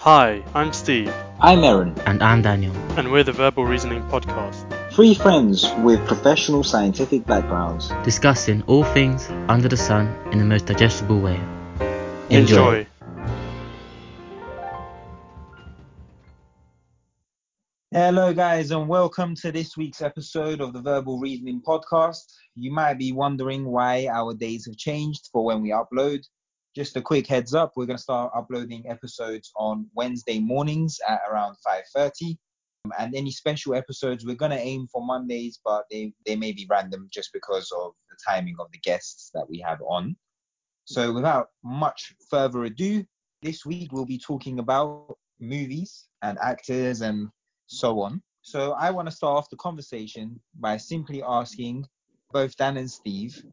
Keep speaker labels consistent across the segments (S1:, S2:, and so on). S1: Hi, I'm Steve,
S2: I'm Aaron,
S3: And I'm Daniel.
S1: and we're the Verbal Reasoning Podcast.
S2: three friends with professional scientific backgrounds.
S3: Discussing all things under the sun in the most digestible way.
S2: Hello, guys, and welcome to this week's episode of the Verbal Reasoning Podcast. You might be wondering why our days have changed for when we upload. Just a quick heads up: we're going to start uploading episodes on Wednesday mornings at around 5:30, Um, and any special episodes we're going to aim for Mondays, but they they may be random just because of the timing of the guests that we have on. So, without much further ado, this week we'll be talking about movies and actors and so on. So I want to start off the conversation by simply asking both Dan and Steve,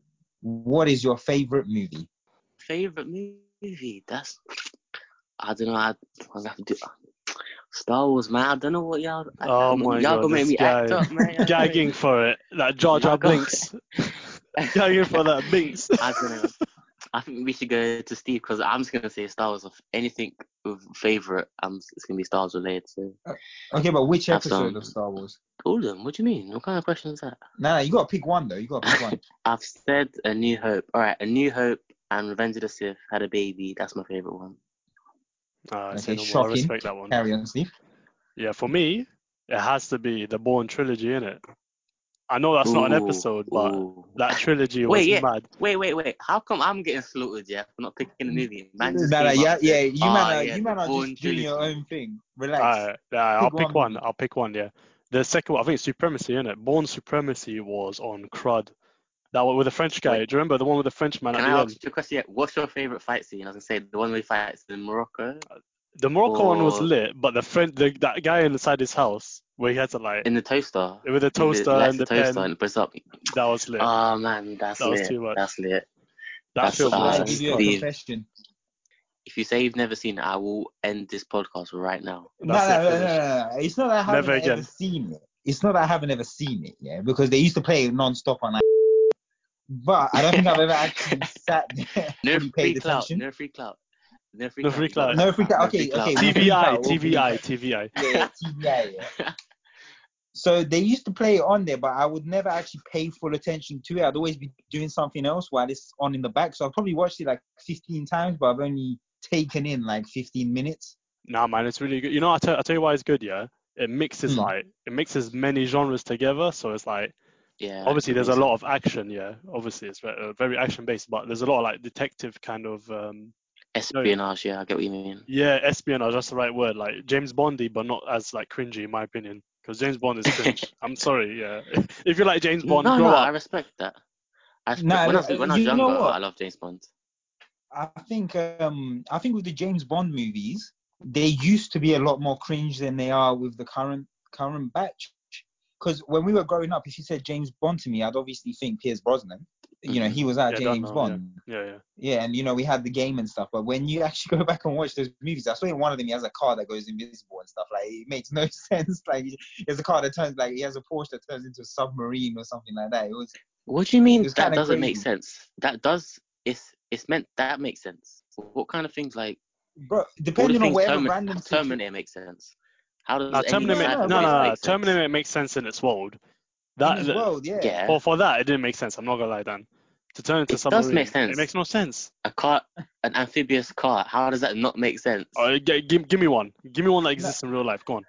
S2: what is your favorite movie?
S4: favorite movie? That's I don't know. I, I'm gonna have to do Star Wars, man. I don't know what y'all. I,
S1: Oh
S4: I'm-
S1: my
S4: y'all
S1: God,
S4: gonna make
S1: this
S4: me act
S1: guy.
S4: up, man. Y'all gonna
S1: Gagging for it. That Jar Jar
S4: Y'all
S1: Binks. Gagging for that Binks.
S4: I don't know. I think we should go to Steve because I'm just gonna say Star Wars. If anything with favorite, um, it's gonna be Star Wars related. So
S2: Okay, but which
S4: That's,
S2: episode
S4: um,
S2: of Star Wars?
S4: all of them. What do you mean? What kind of question is that?
S2: Nah, you gotta pick one though. You gotta pick one.
S4: I've said A New Hope. All right, A New Hope and Revenge of the Sith had a baby. That's my favorite one.
S1: Ah, it's
S2: Okay,
S1: no more. I
S2: shocking.
S1: respect that one.
S2: Carry on, Steve.
S1: Yeah, for me, it has to be the Bourne trilogy, innit? I know that's not an
S4: Ooh,
S1: episode, but
S4: ooh.
S1: that trilogy was
S4: Wait, yeah.
S1: mad.
S4: Wait, wait, wait. How come I'm getting slaughtered, yeah? for not picking a
S1: Mm.
S4: movie. Man just
S2: Nah, nah,
S4: came
S2: yeah,
S4: up with
S2: yeah.
S4: it.
S2: You
S4: Ah,
S2: man are
S4: yeah,
S2: you
S4: the
S2: man are
S4: Bourne
S2: just doing your
S4: trilogy.
S2: own thing. Relax.
S1: Alright, yeah, I'll
S2: Pick
S1: pick
S2: one.
S1: one. I'll pick one, yeah. The second one, I think it's Supremacy, innit? Born Supremacy was on crud. That one with the French guy.
S4: Wait.
S1: Do you remember the one with the French man
S4: Can
S1: at
S4: I
S1: the
S4: ask
S1: end?
S4: you a question? Yeah, what's your favorite fight scene? I was gonna say the one where he fights in Morocco,
S1: The Morocco one was
S4: Or-
S1: lit, but the friend, the, that guy inside his house where he had to like
S4: in the toaster.
S1: with the toaster
S4: lights
S1: and the
S4: toaster
S1: pen,
S4: and puts up.
S1: that was lit.
S4: Oh man, that's
S1: That was
S4: lit.
S1: too much.
S4: That's lit.
S1: that
S4: that's,
S1: film
S4: uh,
S2: Shall
S1: was
S2: I
S1: on
S2: give you a
S1: crud.
S4: Steve.
S2: confession?
S4: If you say you've never seen it, I will end this podcast right now.
S2: No,
S1: That's
S2: no,
S1: it,
S2: no, no,
S1: finish.
S2: no, no. It's not that I haven't
S1: Never
S2: ever
S1: again.
S2: seen it. It's not that I haven't ever seen it, yeah, because they used to play it non-stop on. But I don't think I've ever actually sat there
S4: No
S2: and
S4: free
S2: paid
S4: clout.
S2: attention.
S4: No free clout. No free
S1: No
S4: clout.
S1: free
S4: you got
S1: clout.
S4: that.
S2: No free clout, okay, okay, no free
S1: TVI,
S2: clout, what
S1: TVI, TVI.
S2: yeah, TBI, yeah. So they used to play it on there, but I would never actually pay full attention to it. I'd always be doing something else while it's on in the back. So I've probably watched it like 15 times, but I've only taken in like 15 minutes.
S1: Nah, man, it's really good. You know, I tell, I tell you why it's good, yeah. It mixes
S2: Hmm.
S1: like it mixes many genres together, so it's like
S4: Yeah.
S1: obviously there's a lot of action, yeah. Obviously it's ve- uh, very action based, but there's a lot of like detective kind of um
S4: espionage. Yeah, I get what you mean.
S1: yeah espionage. That's the right word, like James Bondy, but not as like cringy in my opinion, because James Bond is cringe. I'm sorry, yeah. if you like James Bond,
S4: no,
S1: grow
S4: no,
S1: up.
S4: I respect that. I respect,
S2: Nah,
S4: when I was,
S2: look,
S4: when I was
S2: you know
S4: younger,
S2: what?
S4: I loved James Bond.
S2: I think um I think with the James Bond movies, they used to be a lot more cringe than they are with the current current batch. Because when we were growing up, if you said James Bond to me, I'd obviously think Piers Brosnan. You know,
S4: Mhm.
S2: he was our
S1: Yeah, that
S2: James
S1: now,
S2: Bond.
S1: Yeah, yeah.
S2: Yeah, and you know, we had the game and stuff, but when you actually go back and watch those movies, I saw in one of them he has a car that goes invisible and stuff. Like it makes no sense. Like he has a car that turns like he has a Porsche that turns into a submarine or something like that. It was
S4: What do you mean
S2: It's
S4: that
S2: kinda
S4: doesn't make
S2: crazy.
S4: sense? That does. It's it's meant that makes sense. What kind of things like
S2: bro
S4: all the
S2: depending on
S4: things
S2: whatever
S4: Termin-
S2: random situ-
S4: Terminator makes sense. How does
S1: Now,
S4: any
S1: Terminator,
S4: sci-fi
S1: no, no,
S2: no,
S4: place
S1: no,
S4: make sense?
S1: Terminator makes sense in its world.
S2: in
S1: That,
S2: his
S1: that-
S2: world, yeah.
S4: Yeah,
S1: for for that, it didn't make sense. I'm not gonna lie, Dan. To turn into
S4: It does
S1: submarine,
S4: make sense.
S1: It makes no sense.
S4: a car, an amphibious car. How does that not make sense?
S1: Uh, g- give, give me one. Give me one that exists in real life. Go on.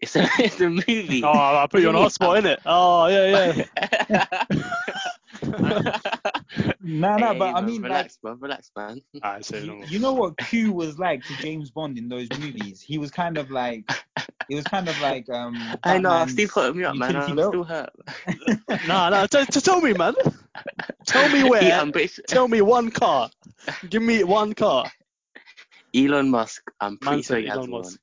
S4: It's a it's a movie.
S1: Oh, I'll put you on
S4: What do you mean?
S1: hotspot, innit? Oh, yeah, yeah.
S2: No, no, but I mean like
S4: relax, man, relax, man.
S1: I say no.
S2: you,
S1: more.
S2: you know what Q was like to James Bond in those movies? He was kind of like it was kind of like um
S4: I know.
S2: Batman's-
S4: Steve hurt me up, man.
S2: utility
S4: I'm
S2: belt.
S4: still hurt.
S1: Nah, nah. T- t- tell me, man. Tell me where.
S4: Yeah, I'm pretty sure-
S1: Tell me one car. Give me one car.
S4: Elon Musk. I'm
S1: Man
S4: pretty sure
S1: said
S4: he has
S1: Elon
S4: one.
S1: Musk.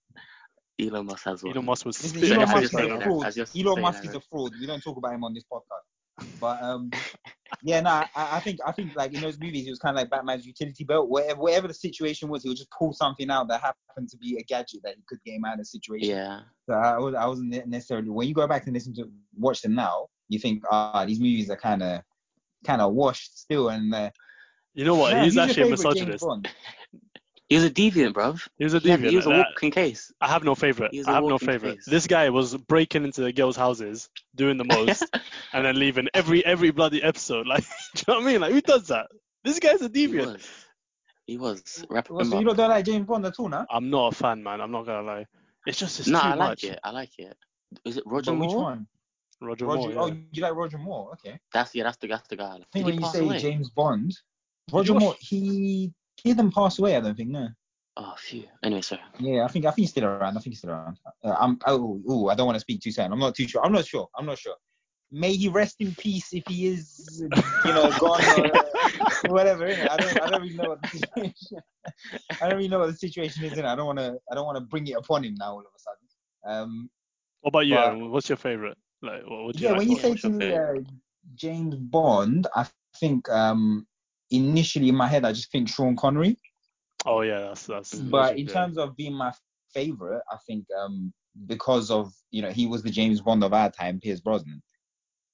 S4: Elon Musk has one.
S1: Elon Musk was
S2: Listen,
S1: spit
S2: Elon
S4: I
S1: everywhere
S2: Musk
S4: just
S2: is
S4: say
S2: a
S1: right
S4: that.
S1: now.
S2: fraud.
S4: I just
S2: Elon
S4: say
S2: Musk
S4: that.
S2: is a fraud. We don't talk about him on this podcast. But um, yeah, no, I, I think I think like in those movies, it was kind of like Batman's utility belt. Whatever, whatever the situation was, he would just pull something out that happened to be a gadget that he could get him out of the situation.
S4: Yeah.
S2: So I, was, I wasn't ne- necessarily. When you go back and listen to watch them now, you think ah, these movies are kind of kind of washed still. And uh,
S1: You know what?
S2: nah,
S1: He's
S2: who's your
S1: actually a
S2: favorite James
S1: misogynist.
S2: Bond?
S4: He was a deviant, bruv.
S1: He was a
S4: He, had-
S1: deviant.
S4: he was a
S1: and I-
S4: walking case.
S1: I have no favorite.
S4: He was a
S1: I have no
S4: walking
S1: favorite.
S4: case.
S1: This guy was breaking into the girls' houses, doing the most, and then leaving every every bloody episode. Like, do you know what I mean? Like, who does that? This guy's a
S4: He
S1: deviant.
S4: was. He was. Wrap
S2: Well,
S4: him
S2: so you
S4: up.
S2: lot don't like James Bond at all, now?
S1: I'm not a fan, man. I'm not gonna lie. It's just it's
S4: No,
S1: too
S4: I like
S1: much.
S4: it. I like it. Is it
S2: Which
S4: Roger Moore?
S2: one?
S1: Roger,
S2: Roger.
S1: Moore. yeah.
S2: Oh, you like Roger Moore? Okay. I
S4: That's yeah. That's the that's the guy.
S2: think
S4: Did
S2: when
S4: he
S2: you
S4: pass
S2: say
S4: away?
S2: James Bond, Roger
S1: watch-
S2: Moore, he he didn't pass away. I don't think. No.
S4: Oh, phew. Anyway, sorry.
S2: Yeah, I think I think he's still around. I think he's still around. Uh, I'm. Oh, ooh, I don't want to speak too soon. I'm not too sure. I'm not sure. I'm not sure. May he rest in peace if he is, you know, gone or uh, whatever. innit? I don't. I don't really know what the situation. I don't really know what the situation is. In I don't want to. I don't want to bring it upon him now. All of a sudden. Um,
S1: What about you?
S2: But-
S1: Aaron? What's your favorite? Like, what would you
S2: yeah,
S1: like?
S2: when you
S1: to
S2: say
S1: watch?
S2: to me uh, James Bond, I think um, initially in my head I just think Sean Connery.
S1: oh yeah, that's that's.
S4: Mm.
S2: But
S1: legendary.
S2: in terms of being my favorite, I think um, because of you know he was the James Bond of our time, Pierce Brosnan.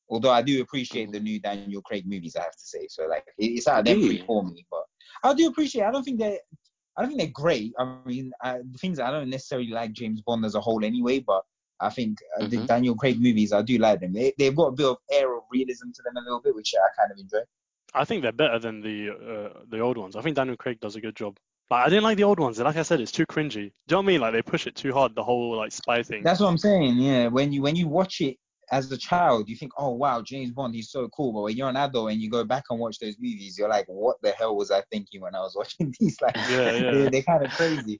S2: Although I do appreciate the
S1: Mm-hmm.
S2: new Daniel Craig movies, I have to say. So like it- it's out of
S4: Do
S2: them three
S4: you?
S2: for me, but I do appreciate. I don't think they. I don't think they're great. I mean, I, the things I don't necessarily like James Bond as a whole anyway, but I think uh the
S1: Mm-hmm.
S4: Mhm.
S2: Daniel Craig movies, I do like them. They, they've got a bit of air of realism to them a little bit, which I kind of enjoy.
S1: I think they're better than the uh, the old ones. I think Daniel Craig does a good job. Like, I didn't like the old ones. Like I said, it's too cringy. Do you know what I mean? Like they push it too hard. The whole like spy thing.
S2: That's what I'm saying. Yeah, when you when you watch it as a child, you think, oh wow, James Bond, he's so cool. But when you're an adult and you go back and watch those movies, you're like, what the hell was I thinking when I was watching these? Like,
S1: yeah, yeah.
S2: they're, they're kind of crazy.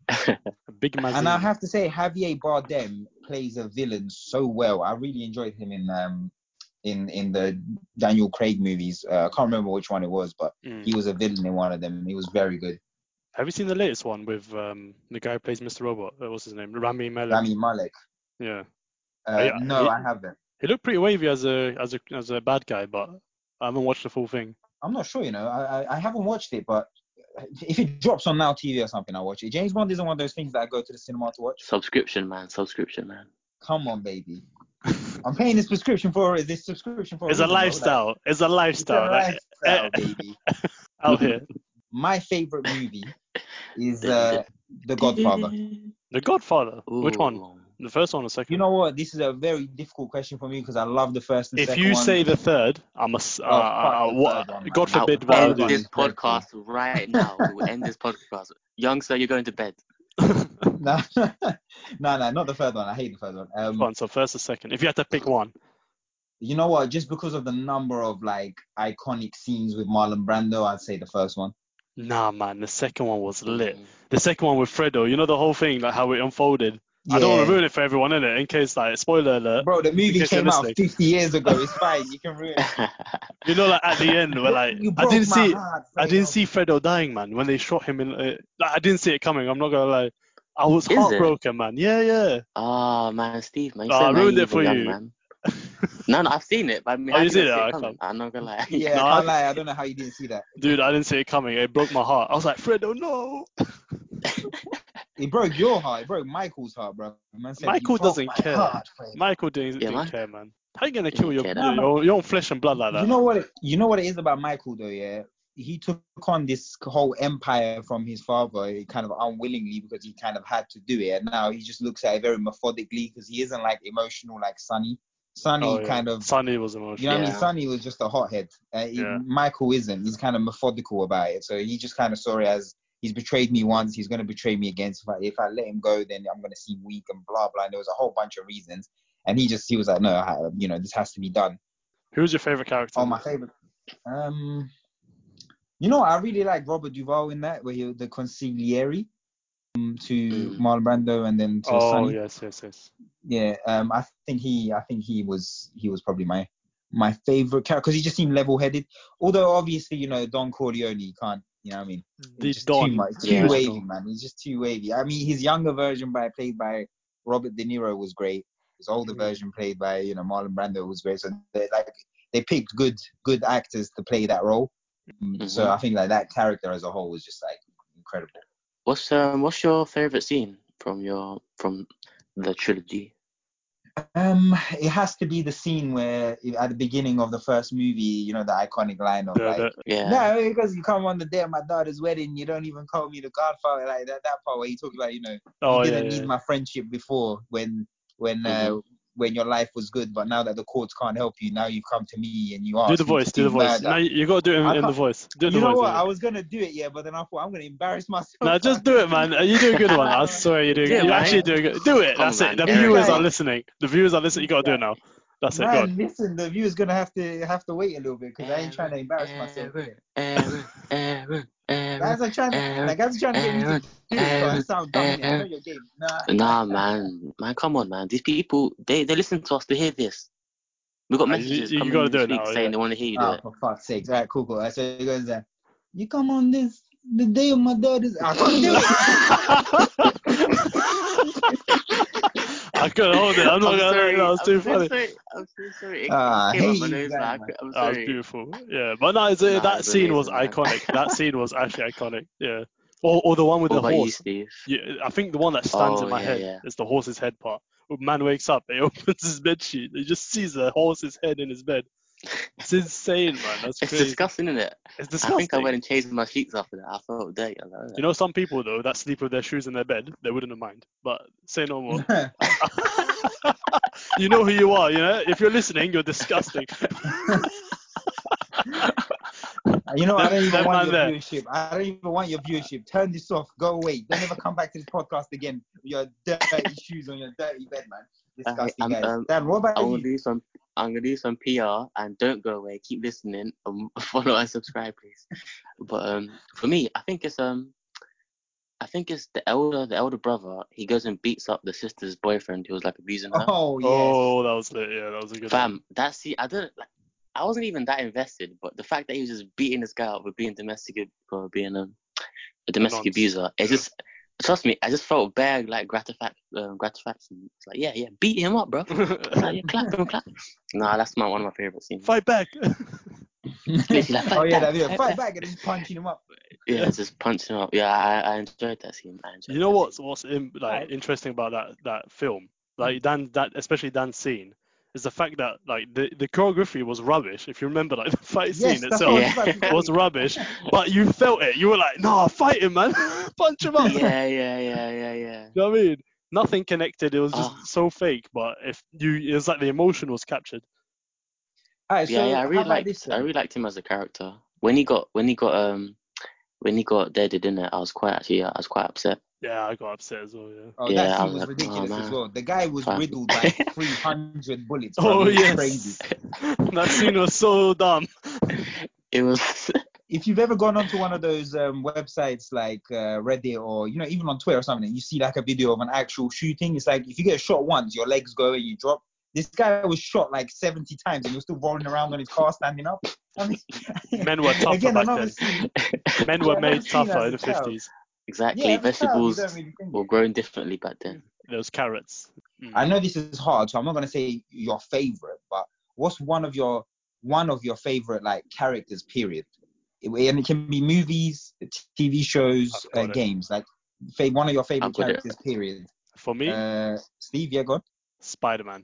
S1: Big Mazzy.
S2: And I have to say, Javier Bardem plays a villain so well. I really enjoyed him in um in in the Daniel Craig movies. Uh, I can't remember which one it was, but
S1: Mm.
S2: he was a villain in one of them. He was very good.
S1: Have you seen the latest one with um, the guy who plays Mr. Robot? Uh, What's his name? Rami Malek.
S2: Rami Malek.
S1: Yeah,
S2: Uh,
S1: Oh, Yeah,
S2: no,
S1: he-
S2: I haven't.
S1: he looked pretty wavy as a as a as a bad guy, but I haven't watched the full thing.
S2: I'm not sure, you know. I, I, I haven't watched it, but if it drops on Now TV or something, I'll watch it. James Bond isn't one of those things that I go to the cinema to watch.
S4: Subscription, man. Subscription, man.
S2: Come on, baby. I'm paying this prescription for it. This subscription for
S1: It's a
S2: reason, bro. Like,
S1: lifestyle. It's a
S2: it's
S1: lifestyle.
S2: a
S1: like, eh.
S2: lifestyle, baby.
S1: out here,
S2: My favorite movie is uh, The Godfather.
S1: The Godfather. Which one?
S4: Ooh.
S1: The first one or second?
S2: You know what? This is a very difficult question for me because I love the first and
S1: if
S2: second
S1: you
S2: one.
S1: say the third, I'm a. s- Uh,
S2: Oh, fuck
S1: uh,
S2: the
S1: what,
S2: third one, man.
S1: God
S4: I'll
S1: forbid what I'll
S4: end
S2: one
S1: do.
S2: is
S4: this
S2: dreadful.
S4: podcast right now. We'll end this podcast. Young sir, you're going to bed.
S2: no, no, no, not the third one. I hate the third one. Um,
S1: Come on, so first or second. If you had to pick one,
S2: You know what? Just because of the number of like iconic scenes with Marlon Brando, I'd say the first one.
S1: nah, man. The second one was lit. The second one with Fredo. You know the whole thing, like how it unfolded. I don't want
S2: Yeah.
S1: to ruin it for everyone, innit? In case, like, spoiler alert.
S2: Bro, the movie
S1: case you're
S2: came out
S1: listening.
S2: 50 years ago. It's fine. You can ruin it.
S1: You know, like at the end, we're like,
S2: You
S1: I
S2: broke
S1: didn't
S2: my
S1: see,
S2: heart,
S1: I didn't
S2: Fredo.
S1: see Fredo dying, man. When they shot him in, uh, like, I didn't see it coming. I'm not gonna lie. I was
S4: Is it?
S1: heartbroken, man. Yeah, yeah.
S4: Oh man, Steve, man, you
S1: Oh,
S4: so
S1: I ruined
S4: naive
S1: it for
S4: and young,
S1: you.
S4: man. No, no, I've seen it, but I mean,
S1: Oh,
S4: I
S1: you
S4: didn't
S1: seen
S4: see
S1: it?
S4: it
S1: I
S4: coming.
S1: can't-
S4: I'm not gonna lie.
S2: Yeah,
S1: No,
S2: I can't
S1: I-
S2: lie. I don't know how you didn't see that.
S1: Dude, I didn't see it coming. It broke my heart. I was like, Fredo, no.
S2: It broke your heart. It broke Michael's heart, bro. Man said, "You
S1: Michael
S2: broke
S1: doesn't
S2: my
S1: care."
S2: heart, Fredo."
S1: Michael didn't,
S4: Yeah,
S1: didn't
S4: man.
S1: care, man. How you gonna
S4: Didn't
S1: kill your,
S4: care
S2: that
S1: your your own flesh and blood like that?
S2: You know what? It, you know what it is about Michael though. Yeah, he took on this whole empire from his father, kind of unwillingly because he kind of had to do it. And now he just looks at it very methodically because he isn't like emotional like Sonny. Sonny
S1: Oh, yeah.
S2: kind of
S1: Sonny was emotional.
S2: You know what I mean?
S4: Yeah.
S2: Sonny was just a hothead. Uh, he-
S1: Yeah.
S2: Michael isn't. He's kind of methodical about it. So he just kind of saw it as he's betrayed me once. He's going to betray me again. So if I, if I let him go, then I'm going to seem weak and blah, blah. And there was a whole bunch of reasons. And he just, he was like, no, I, you know, this has to be done.
S1: Who's your favorite character?
S2: Oh, my favorite. Um, you know, I really like Robert Duvall in that, where he was the consigliere um, to
S4: Mm.
S2: Marlon Brando and then to
S1: Oh,
S2: Sonny.
S1: yes, yes, yes.
S2: Yeah, um, I think he, I think he was, he was probably my, my favorite character because he just seemed level-headed. Although obviously, you know, Don Corleone, you can't, you know, what I mean, He's
S1: The
S2: just too
S1: Don.
S2: much, too
S4: yeah.
S2: wavy, man. He's just too wavy. I mean, his younger version by played by Robert De Niro was great. His older
S1: Mm.
S2: version played by you know Marlon Brando was great. So they like they picked good, good actors to play that role. Mm, So
S1: Mm-hmm.
S4: Mhm.
S2: I think like that character as a whole was just like incredible.
S4: What's um, what's your favorite scene from your from the trilogy?
S2: Um, it has to be the scene where at the beginning of the first movie, you know, the iconic line of
S1: The-
S2: like,
S1: the-
S4: Yeah.
S2: No, because you come on the day of my daughter's wedding, you don't even call me the godfather like that. That part where you talk about, you know,
S1: oh yeah,
S2: you didn't
S1: yeah, Mm-hmm.
S2: need my friendship before when when uh, when your life was good, but now that the courts can't help you, now you've come to me and you
S1: yeah.
S2: ask.
S1: Do the
S2: me to
S1: voice. Do the
S2: do
S1: voice.
S2: murder.
S1: No, you, you got to do it
S2: I
S1: in, in the
S2: can't-
S1: voice. Do it in
S2: you
S1: the
S2: know
S1: voice.
S2: what?
S1: yeah.
S2: I was gonna do it, yeah, but then I thought I'm gonna embarrass myself.
S1: No, just do it, man. You do a good one. I swear you do.
S4: Do it,
S1: you
S4: man.
S1: actually do a good. Do it.
S4: Come
S1: That's
S4: on,
S1: it. The
S4: man.
S1: viewers
S2: Guy.
S1: are listening. The viewers are listening. You gotta do it now. That's it. God.
S2: Man, listen, the viewers gonna have to have to wait a little bit because I ain't trying to embarrass myself.
S4: Aaron, Aaron, Aaron, Aaron,
S2: Guys are trying,
S4: Aaron,
S2: like, guys are trying to get me to
S4: Aaron.
S2: do it, so I sound dumb. innit? I know
S4: Aaron.
S2: your game. Nah.
S4: Nah, man, man, come on, man. These people, they they listen to us to hear this. We got
S1: Nah, Uh, you-
S4: messages
S1: you
S4: coming
S1: gotta
S4: in
S1: do
S4: this
S1: it
S4: week
S1: now,
S4: saying
S1: yeah. Ah.
S4: they want to hear you do
S2: Oh, for fuck's sakes. All right, cool, cool. So it goes there. You come on this, the day of my daughter's. I can't do it.
S1: I couldn't hold it. Oh, I'm not
S4: I'm
S1: gonna lie,
S4: sorry,
S1: that was
S4: I'm
S1: too
S4: so
S1: funny.
S4: sorry. I'm so sorry. It
S2: Ah, I
S4: came out
S2: hate
S4: my
S2: you
S4: nose,
S2: guys,
S4: man. I
S2: man.
S4: cou-
S1: That
S4: I'm
S1: was
S4: sorry.
S1: beautiful. Yeah, but no, it's, uh,
S4: Nah,
S1: that
S4: it's
S1: scene was
S4: amazing, man.
S1: iconic. That scene was actually iconic. Yeah. Or, or the one
S2: Oh,
S1: with
S4: What
S1: the
S4: about you,
S1: horse.
S4: Steve?
S1: Yeah, I think the one that stands in
S4: Oh,
S1: my
S4: yeah,
S1: head
S4: yeah.
S1: is the horse's head part. When man wakes up, he opens his bed sheet, he just sees the horse's head in his bed. It's insane, man. That's
S4: It's
S1: crazy.
S4: disgusting, isn't it?
S1: It's
S4: I think I
S1: disgusting.
S4: went and changed my sheets after that. I felt dirty. I was like,
S1: You know, some people though that sleep with their shoes in their bed, they wouldn't have mind. But say no more. you know who you are. You know, if you're listening, you're disgusting.
S2: you know, I don't even
S1: That man
S2: want your
S1: there.
S2: viewership. I don't even want your viewership. Turn this off. Go away. Don't ever come back to this podcast again. with Your dirty shoes on your dirty bed, man. Disgusting
S4: I'm-
S2: guys.
S4: um,
S2: Dan, what about
S4: I'm gonna
S2: you?
S4: do some. I'm gonna do some PR and don't go away. Keep listening. Um, follow and subscribe, please. But um, for me, I think it's um, I think it's the elder, the elder brother. He goes and beats up the sister's boyfriend who was like abusing her.
S2: Oh yes.
S1: Oh, that was lit. Yeah, that was a good. one.
S4: Fam, that see, I don't like. I wasn't even that invested, but the fact that he was just beating this guy up for being domestic ab- for being um, a domestic
S1: Nonce,
S4: abuser, it
S1: yeah.
S4: just trust me, I just felt bad like gratifac- um, gratifaction. It's like yeah, yeah, beat him up, bro. It's like, yeah, clap him, clap. Nah, that's my one of my favorite scenes.
S1: Fight back.
S4: Literally, like,
S2: oh
S4: fight
S2: yeah,
S4: back,
S2: that video.
S4: fight
S2: Fight back and just punching him up.
S4: Yeah, it's just punching up. Yeah, I, I enjoyed that scene. I enjoyed
S1: You know
S4: that
S1: what's what's in, like interesting about that that film,
S2: Hmm.
S1: like Dan that especially Dan's scene, is the fact that like the the choreography was rubbish. If you remember, like the fight
S2: Yes,
S1: scene
S2: that's
S1: itself
S2: what I was about to say.
S1: was rubbish, but you felt it. You were like, nah, fight him, man, punch him up.
S4: scene. Yeah, yeah, yeah, yeah, yeah.
S1: You know what I mean? Nothing connected. It was just
S4: Ah.
S1: so fake. But if you, it was like the emotion was captured.
S2: All right, so
S4: yeah, yeah. I
S2: how
S4: really
S2: about
S4: liked.
S2: this?
S4: I
S2: then?
S4: really liked him as a character. When he got, when he got, um, when he got deaded in it, I was quite actually, I was quite upset.
S1: Yeah, I got upset as well. Yeah.
S2: Oh,
S4: Yeah,
S2: that
S4: I was
S2: scene was
S4: like, oh,
S2: ridiculous as
S4: man.
S2: well. The guy was
S4: Fam.
S2: riddled by 300 bullets. bro.
S1: Oh
S2: It was
S1: yes,
S2: Crazy.
S1: that scene was so dumb.
S4: It was.
S2: If you've ever gone onto one of those um, websites like uh, Reddit or you know even on Twitter or something, you see like a video of an actual shooting. It's like if you get shot once, your legs go and you drop. This guy was shot like 70 times and he was still rolling around on his car standing up. I mean,
S1: Men were tougher
S2: again,
S1: back
S2: another
S1: then.
S2: scene.
S1: Men
S2: Yeah,
S1: were
S2: I've
S1: made
S2: seen that
S1: tougher in the
S2: as a child.
S1: fifties.
S4: Exactly.
S2: Yeah, as a child, you
S4: Vegetables
S2: don't really think
S4: were grown differently back then.
S1: There was carrots. Mm.
S2: I know this is hard, so I'm not gonna say your favorite, but what's one of your one of your favorite like characters? Period. It, and it can be movies, TV shows,
S1: I've
S2: uh,
S1: got it.
S2: games. Like fa- one of your favorite
S4: I've got it.
S2: characters. Period.
S1: For me,
S2: Uh, Steve, yeah, go. on.
S1: Spider Man.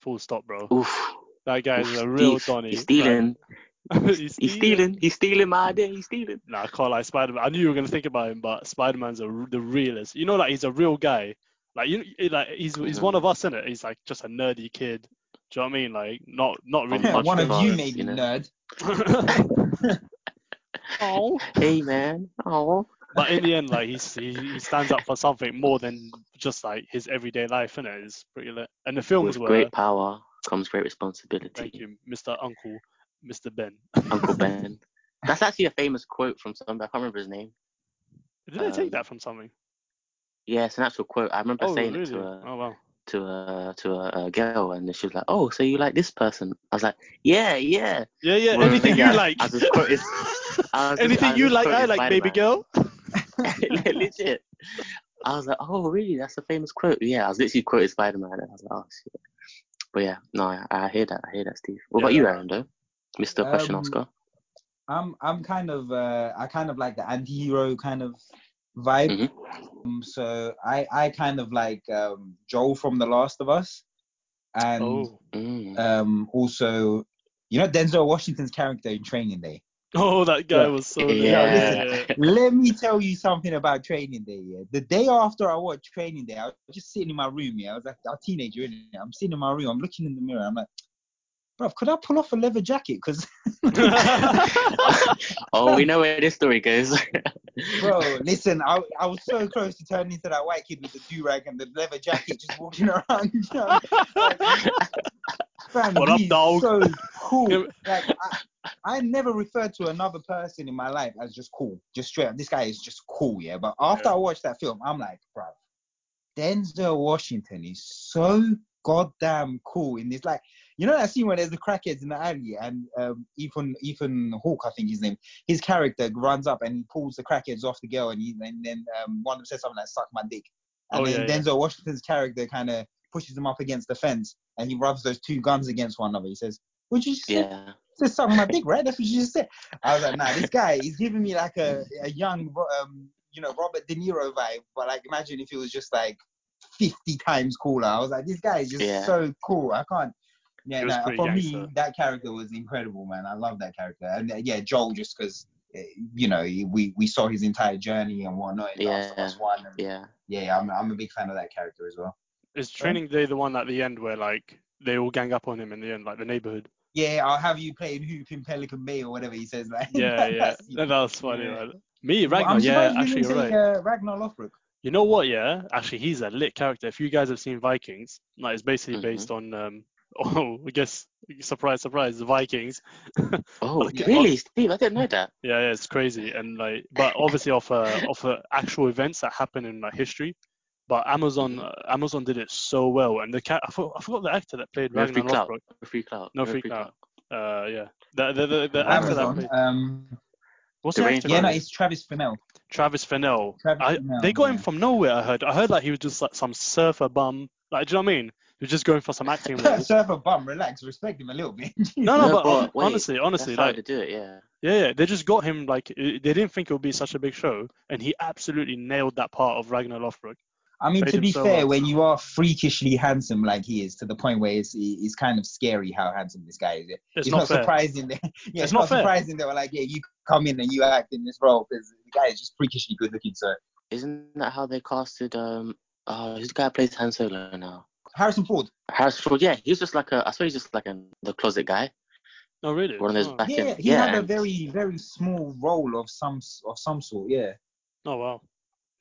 S1: Full stop, bro.
S4: Oof.
S1: That guy
S4: Oof,
S1: is a real
S4: Steve,
S1: Donny.
S4: He's stealing.
S1: he's,
S2: uh,
S4: He's stealing. He's stealing my idea. He's stealing.
S1: Nah, I can't lie, Spider Man. I knew you were gonna think about him, but Spider Man's a r- the realest. You know, like he's a real guy. Like you, you- like he's he's one of us, is it? He's like just a nerdy kid. Do you know what I mean? Like not not really
S4: Yeah,
S1: much.
S2: one
S4: the
S2: of you,
S4: violence,
S2: maybe
S4: you know.
S2: nerd.
S1: oh.
S4: Hey man. Oh.
S1: But in the end, like he's, he he stands up for something more than just like his everyday life, and it is pretty lit. And the films
S4: With
S1: were
S4: great power comes great
S1: thank
S4: responsibility.
S1: you, Mr. Uncle, Mr. Ben.
S4: Uncle Ben. That's actually a famous quote from somebody. I can't remember his name.
S1: Did they
S4: Um,
S1: take that from something?
S4: Yeah, it's an actual quote. I remember
S1: Oh
S4: saying
S1: really?
S4: it to a
S1: Oh wow.
S4: to a to a, a girl, and she was like, "Oh, so you like this person?" I was like, "Yeah, yeah."
S1: Yeah, yeah.
S4: Well,
S1: anything
S4: yeah,
S1: you like.
S4: I just quoted- I was just-
S1: anything
S4: I
S1: you
S4: just
S1: like, I
S4: quoted
S1: like, baby
S4: Spider-Man.
S1: girl.
S4: Legit. I was like, "Oh, really? That's a famous quote." Yeah, I was literally quoted Spider-Man, and I was like, "Oh shit." But yeah, no, I, I hear that. I hear that, Steve. What
S1: Yeah,
S4: about you,
S1: no.
S4: Aaron, though? Mister Question
S2: Um,
S4: Oscar.
S2: I'm I'm kind of uh, I kind of like the anti-hero kind of vibe.
S4: Mhm.
S2: Um, so I I kind of like um, Joel from The Last of Us. and
S1: Oh.
S4: Mm.
S2: um, also, you know Denzel Washington's character in Training Day.
S1: Oh, that guy
S2: Yeah.
S1: was so lit.
S4: yeah.
S2: Let me tell you something about Training Day. Yeah, the day after I watched Training Day, I was just sitting in my room. Yeah, I was like a teenager. innit? I'm sitting in my room. I'm looking in the mirror. I'm like, bro, could I pull off a leather jacket? Because
S4: oh, we know where this story goes.
S2: bro, listen, I, I was so close to turning into that white kid with the do rag and the leather jacket, just walking around. you know? Fam,
S1: What up,
S2: he's
S1: dog?
S2: So cool. Like I, I never referred to another person in my life as just cool, just straight up. This guy is just cool, yeah. But after I watched that film, I'm like, bro, Denzel Washington is so goddamn cool in this. Like, you know that scene where there's the crackheads in the alley, and um, Ethan Ethan Hawke, I think his name, his character runs up and he pulls the crackheads off the girl, and, he, and then um, one of them says something like "suck my dick," and
S1: Oh,
S2: then
S1: yeah, yeah.
S2: Denzel Washington's character kind of pushes him up against the fence, and he rubs those two guns against one another. He says, "Would you just say
S4: yeah.
S2: said something my dick, right? That's what you just said. I was like, nah, this guy is giving me like a, a young, Ro- um, you know, Robert De Niro vibe. But like, imagine if it was just like 50 times cooler. I was like, this guy is just
S4: Yeah.
S2: so cool. I can't. Yeah,
S1: He was
S2: nah,
S1: pretty
S2: for me,
S1: gangster.
S2: that character was incredible, man. I love that character. And uh, yeah, Joel, just because, you know, we, we saw his entire journey and whatnot. In Last of
S4: Yeah.
S2: Us 1. And,
S4: Yeah.
S2: yeah, yeah I'm, I'm a big fan of that character as well.
S1: Is Training Day the one at the end where like they all gang up on him in the end, like the neighborhood?
S2: Yeah, I'll have you playing hoop in Pelican Bay or whatever he says. Like,
S1: Yeah, yeah.
S2: that's-
S1: That was funny.
S2: Yeah.
S1: man. Me,
S2: Well,
S1: Ragnar.
S2: I'm
S1: yeah,
S2: surprised you
S1: actually,
S2: didn't
S1: you're right.
S2: take, uh, Ragnar Lothbrok.
S1: You know what? Yeah, actually, he's a lit character. If you guys have seen Vikings, like it's basically
S4: Mhm.
S1: based on um. Oh, I guess surprise, surprise, the Vikings.
S4: Oh,
S2: Yeah.
S1: uh,
S4: really, Steve? I didn't know that.
S1: Yeah, yeah, it's crazy, and like, but obviously off uh, off uh, actual events that happen in like history. But Amazon, uh, Amazon did it so well, and the cat. I, for, I forgot the actor that played
S4: No
S1: Ragnar
S4: freak out.
S1: Lothbrok.
S4: No freak out.
S1: No freak out. Uh, yeah, the the the, the actor that
S2: Amazon.
S1: played.
S2: Um,
S1: What's
S4: The
S1: the
S4: range
S1: actor?
S2: yeah, no,
S1: called?
S2: it's Travis Finnell.
S1: Travis Fennell.
S2: Travis
S1: I,
S2: Finnell,
S1: they got him
S2: yeah.
S1: from nowhere. I heard. I heard like he was just like some surfer bum. Like, do you know what I mean? He was just going for some acting roles.
S2: Surfer bum, relax, respect him a little bit.
S1: No, no,
S4: No,
S1: but, hon-
S4: but wait,
S1: honestly,
S4: That's
S1: honestly,
S4: how
S1: like,
S4: they do it. Yeah.
S1: yeah, yeah, they just got him. Like, i- they didn't think it would be such a big show, and he absolutely nailed that part of Ragnar Lothbrok.
S2: I mean,
S1: Played
S2: to
S1: him
S2: be
S1: so
S2: fair,
S1: well.
S2: when you are freakishly handsome like he is, to the point where it's, it's kind of scary how handsome this guy is. It's,
S1: It's,
S2: not,
S1: not, fair.
S2: surprising. That, yeah, it's,
S1: not
S2: not,
S1: fair.
S2: surprising they were like, yeah, you come in and you act in this role because the guy is just freakishly good looking. So
S4: Isn't that how they casted um? Oh, this guy plays Han Solo now.
S2: Harrison Ford.
S4: Harris Ford. Yeah, he's just like a. I swear he's just like a the closet guy.
S1: No, really.
S4: One of those
S1: Oh.
S4: back
S2: Yeah,
S4: end.
S2: he had a
S4: and-
S2: very, very small role of some s- of some sort. Yeah.
S1: Oh, wow.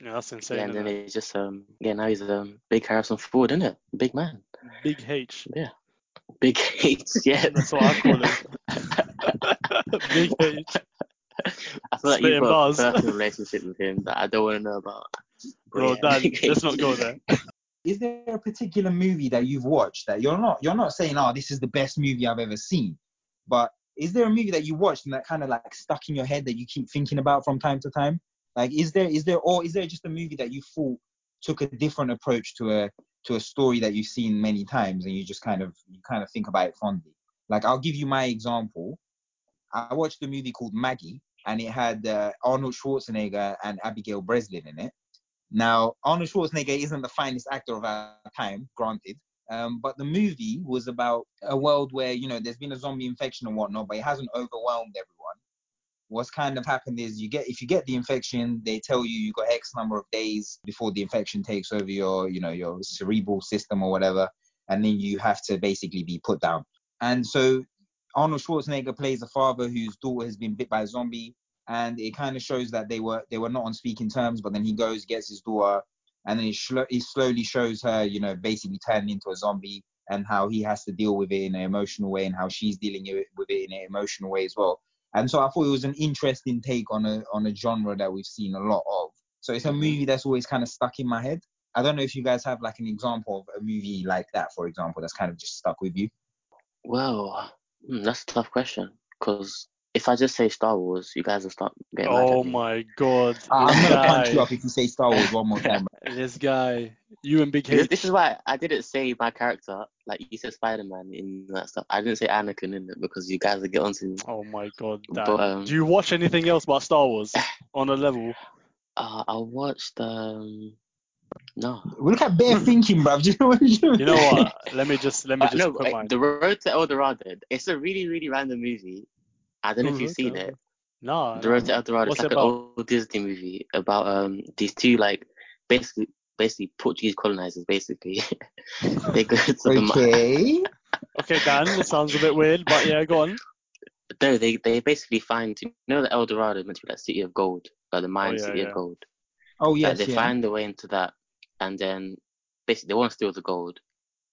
S1: Yeah, that's insane.
S4: Yeah, and then
S1: innit?
S4: they just um. Yeah, now he's um big Harrison Ford, isn't it? Big man.
S1: Big H.
S4: Big Gates. Yeah.
S1: That's what I call him. Big H.
S4: I feel like
S1: Spitting
S4: you've got
S1: bars.
S4: a personal relationship with him that I don't want to know about.
S1: Well,
S4: Yeah.
S1: Dan, let's not go there.
S2: is there a particular movie that you've watched that you're not you're not saying oh this is the best movie i've ever seen but is there a movie that you watched and that kind of like stuck in your head that you keep thinking about from time to time like is there is there or is there just a movie that you thought took a different approach to a to a story that you've seen many times and you just kind of you kind of think about it fondly like i'll give you my example i watched a movie called maggie and it had uh, arnold schwarzenegger and abigail breslin in it now, Arnold Schwarzenegger isn't the finest actor of our time, granted. Um, but the movie was about a world where, you know, there's been a zombie infection and whatnot, but it hasn't overwhelmed everyone. What's kind of happened is you get if you get the infection, they tell you you've got X number of days before the infection takes over your, you know, your cerebral system or whatever, and then you have to basically be put down. And so Arnold Schwarzenegger plays a father whose daughter has been bit by a zombie and it kind of shows that they were they were not on speaking terms. But then he goes, gets his daughter, and then it, shlo- it slowly shows her, you know, basically turning into a zombie, and how he has to deal with it in an emotional way, and how she's dealing it- with it in an emotional way as well. And so I thought it was an interesting take on a on a genre that we've seen a lot of. So it's a
S4: Mhm.
S2: movie that's always kind of stuck in my head. I don't know if you guys have like an example of a movie like that, for example, that's kind of just stuck with you.
S4: Well, hmm, that's a tough question because if I just say Star Wars, you guys will start getting mad
S1: Oh
S4: at me.
S1: my God.
S4: Ah,
S2: I'm
S1: this
S2: gonna punch you
S1: guy.
S2: up if you say Star Wars one more time.
S1: This guy. You and Big
S4: This,
S1: H.
S4: this is why I didn't say my character, like you said Spider Man in that stuff. I didn't say Anakin in it because you guys will get onto me.
S1: Oh my God, Dan.
S4: But, um,
S1: Do you watch anything else but Star Wars on a level?
S4: Uh, I watched um No.
S2: Look at bare thinking, bruv. Do you know what I'm saying?
S1: Hmm. You know what? let me just let me
S4: Uh,
S1: just
S4: no,
S1: put
S4: like,
S1: mine.
S4: The Road to El Dorado. It's a really, really random movie. I don't know if
S1: Mm-hmm,
S4: you've seen it.
S1: No.
S4: The Road to El Dorado.
S1: What's
S4: It's
S1: it
S4: like an old Disney movie about um these two like basically basically Portuguese colonizers. Basically, they go to the mi-
S2: Okay.
S1: Okay, Dan, it sounds a bit weird, but yeah, go on.
S4: no, they they basically find you know the El Dorado is meant to be like city of gold, like the mine
S1: yeah,
S4: city
S1: yeah.
S4: of gold.
S2: Oh
S4: Like,
S2: yes,
S4: they
S2: yeah.
S4: find their way into that, and then basically they want to steal the gold,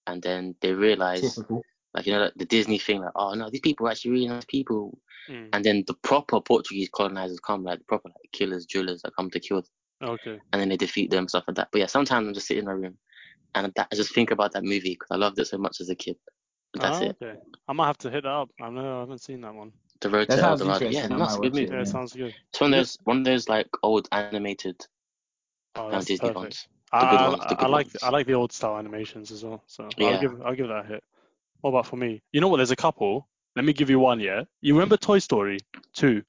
S4: and then they realize
S2: Typical.
S4: like you know like the Disney thing like oh no these people are actually really nice people,
S1: Mm,
S4: and then the proper Portuguese colonizers come like the proper like killers drillers that come to kill
S1: Okay.
S4: and then they defeat them stuff like that. But yeah, sometimes I'm just sitting in my room and that, I just think about that movie because I loved it so much as a kid. But that's
S2: Oh,
S1: Ah,
S4: it.
S1: Okay. I might have to hit that up. I know I haven't seen that one.
S4: The Road
S2: That
S4: to El
S2: sounds
S4: Dorado. Yeah,
S2: interesting. I
S4: no, that's a
S2: might
S4: good
S2: watch it.
S4: movie.
S1: Yeah,
S2: Yeah.
S1: it sounds good.
S4: It's one of those one of those like old animated
S1: Oh,
S4: um,
S1: that's
S4: Disney
S1: perfect.
S4: ones.
S1: I,
S4: The good
S1: I,
S4: ones, the
S1: I
S4: good
S1: like
S4: ones.
S1: I like the old style animations as well. So I'll
S4: Yeah.
S1: give I'll give that a hit. What about for me? You know what? There's a couple. Let me give you one. Yeah. You remember Toy Story two,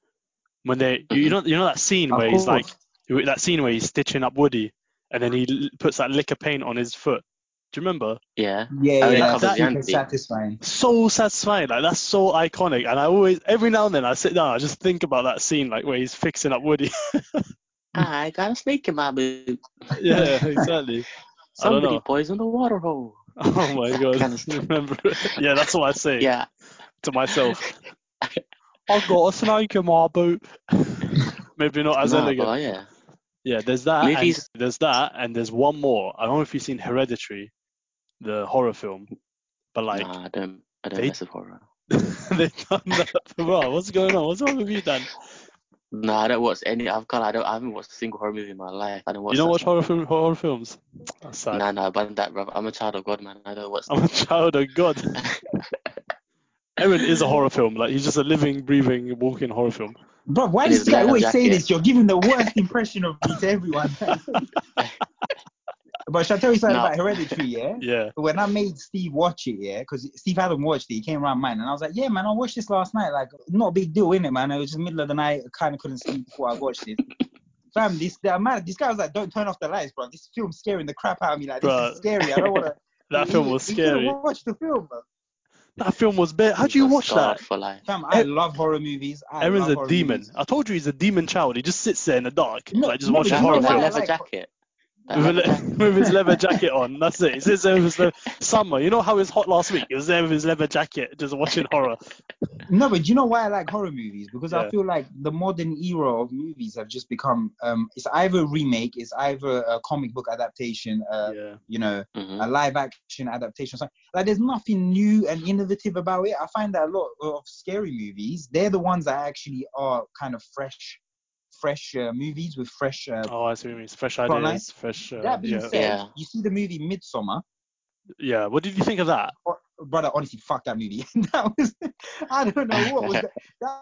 S1: when they you, you
S4: Mhm.
S1: know you know that scene
S2: Of
S1: where he's like
S2: course.
S1: that scene where he's stitching up Woody, and then he l- puts that lick of paint on his foot. Do you remember?
S4: Yeah.
S2: Yeah,
S4: Oh,
S2: yeah,
S4: yeah,
S2: that's
S4: covers the
S2: super
S4: ante.
S2: satisfying.
S1: so satisfying. Like that's so iconic. And I always every now and then I sit down, I just think about that scene, like where he's fixing up Woody.
S4: I got a snake in my boot.
S1: yeah, exactly. I don't
S4: Somebody
S1: know.
S4: poisoned the water hole.
S1: Oh my
S4: That
S1: god,
S4: kind of stuff.
S1: remember? it. Yeah, that's what I say
S4: Yeah.
S1: to myself. I've got a snake in my boot. Maybe not as
S4: No,
S1: elegant.
S4: oh yeah.
S1: Yeah, there's that.
S4: Movies-
S1: And there's that, and there's one more. I don't know if you've seen Hereditary, the horror film, but like
S4: Nah, I don't I don't
S1: they-
S4: mess with horror.
S1: they've done that. Bro, what's going on? What's wrong with you, Dan?
S4: No, I don't watch any I've got I don't I haven't watched a single horror movie in my life. I don't watch
S1: you don't
S4: that
S1: watch
S4: stuff.
S1: horror, film, horror films? That's sad.
S4: No, no, but that, bruv. I'm a child of God, man. I know what's.
S1: I'm a child of God. Erin is a horror film. Like he's just a living, breathing, walking horror film.
S2: Bro, why
S4: It
S2: does
S4: is
S2: this guy
S4: leather
S2: always say
S4: jacket.
S2: this? You're giving the worst impression of me to everyone. but shall I tell you something
S4: No.
S2: about Hereditary, yeah?
S1: Yeah.
S2: When I made Steve watch it, yeah, because Steve hadn't watched it, he came around mine, and I was like, "Yeah, man, I watched this last night. Like, not a big deal, innit, man? It was just middle of the night. I kind of couldn't sleep before I watched it. Fam, this the amount, this guy was like, "Don't turn off the lights, bro. This film's scaring the crap out of me. Like, this
S1: Bruh.
S2: is scary. I don't want to."
S1: That film was
S2: He
S1: scary.
S2: couldn't watch the film, bro.
S1: That film was bad. How do you
S4: You're
S1: watch
S4: scarred
S1: that?
S4: For life.
S2: Fam, I
S1: Eh,
S2: love horror movies. I
S1: Erin's
S2: love
S1: a
S2: horror
S1: demon.
S2: movies.
S1: I told you he's a demon child. He just sits there in the dark,
S2: No,
S1: like just
S2: no,
S1: watching
S2: but you
S1: horror
S2: know why I
S4: that
S1: films
S4: leather
S2: like-
S4: jacket. That
S1: with, a
S4: leather
S1: le-
S4: jacket.
S1: with his leather jacket on. That's it. He sits there with his le- summer. You know how it was hot last week? He was there with his leather jacket, just watching horror.
S2: No, but you know why I like horror movies? Because
S1: Yeah.
S2: I feel like the modern era of movies have just become um, it's either a remake, it's either a comic book adaptation, uh,
S1: yeah.
S2: you know,
S4: Mhm.
S2: a live action adaptation. or something. Like there's nothing new and innovative about it. I find that a lot of scary movies, they're the ones that actually are kind of fresh, fresh uh, movies with fresh. Uh,
S1: Oh, I see what you mean. It's Fresh
S2: Front line.
S1: ideas, fresh. Uh,
S2: that being
S1: yeah.
S2: said,
S4: Yeah.
S2: you see the movie Midsummer.
S1: yeah. What did you think of that?
S2: Or- brother, honestly, fuck that movie. that was, I don't know what was that.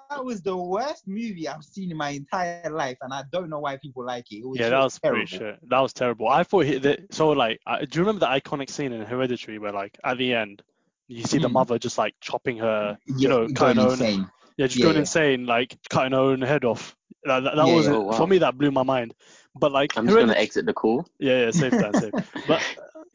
S2: That was the worst movie I've seen in my entire life, and I don't know why people like it. it was
S1: Yeah, that
S2: just
S1: was
S2: terrible.
S1: pretty shit. That was terrible. I thought he, that, so. Like, I, do you remember the iconic scene in Hereditary where, like, at the end, you see the
S2: Mm.
S1: mother just like chopping her, you
S2: Yeah,
S1: know,
S2: it
S1: cutting
S2: got
S1: her own,
S2: insane.
S1: yeah, just
S2: Yeah,
S1: going
S2: yeah.
S1: insane, like cutting her own head off. That, that, that
S2: Yeah,
S1: was
S2: yeah.
S1: it.
S4: Oh, wow.
S1: for me. That blew my mind. But like,
S4: I'm just gonna
S1: Hereditary-
S4: exit the call.
S1: yeah, yeah, safe time, safe. But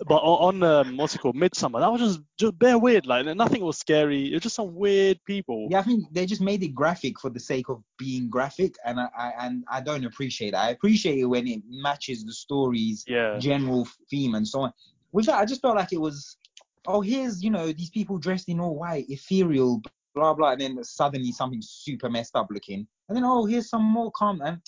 S1: but o- on um, what's it called, Midsummer, that was just just bare weird. Like, nothing was scary. It was just some weird people.
S2: Yeah, I think they just made it graphic for the sake of being graphic, and I, I and I don't appreciate that. I appreciate it when it matches the story's
S1: Yeah.
S2: general theme and so on. Which I I just felt like it was, oh, here's you know these people dressed in all white, ethereal, blah blah, and then suddenly something super messed up looking, and then oh, here's some more calm. And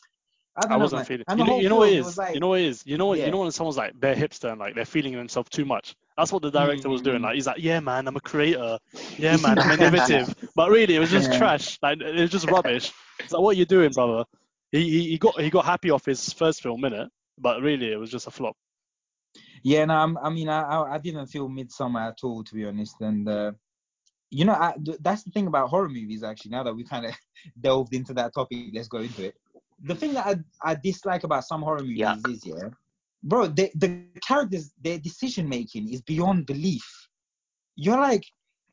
S2: I, don't
S1: I
S2: know,
S1: wasn't
S2: man.
S1: feeling.
S2: And
S1: You
S2: the
S1: know,
S2: whole
S1: you know what
S2: film,
S1: it
S2: it was
S1: is. you
S2: like-
S1: know what it is. You know what you
S2: Yeah.
S1: know when someone's like bare hipster and like they're feeling themselves too much. That's what the director was doing.
S2: Mm.
S1: Like he's like, yeah, man, I'm a creator. Yeah,
S2: You see
S1: man,
S2: the
S1: I'm innovative. but really, it was just
S2: Yeah.
S1: trash. Like it was just rubbish. It's like, what are you doing, brother? He, he he got he got happy off his first film minute, but really it was just a flop.
S2: Yeah, no, I'm, I mean, I, I I didn't feel Midsummer at all, to be honest. And uh, you know, I, th- that's the thing about horror movies. Actually, now that we kind of delved into that topic, let's go into it. The thing that I, I dislike about some horror movies
S4: Yuck.
S2: is, yeah, bro, the the characters, their decision making is beyond belief. You're like,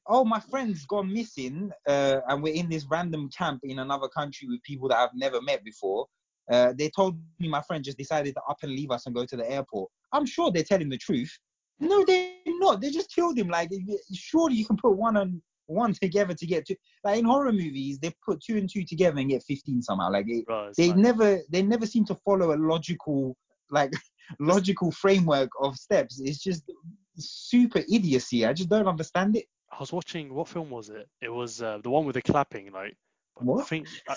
S2: oh, my friend's gone missing, uh, and we're in this random camp in another country with people that I've never met before. Uh, they told me my friend just decided to up and leave us and go to the airport. I'm sure they're telling the truth. No, they're not. They just killed him. Like, if you- surely you can put one and one together to get two. Like in horror movies, they put two and two together and get 15 somehow. Like, it,
S1: Bro, it's
S2: they
S1: like-
S2: never they never seem to follow a logical like logical framework of steps it's just super idiocy i just don't understand it
S1: I was watching what film was it? It was uh, the one with the clapping, like I
S2: What?
S1: think I,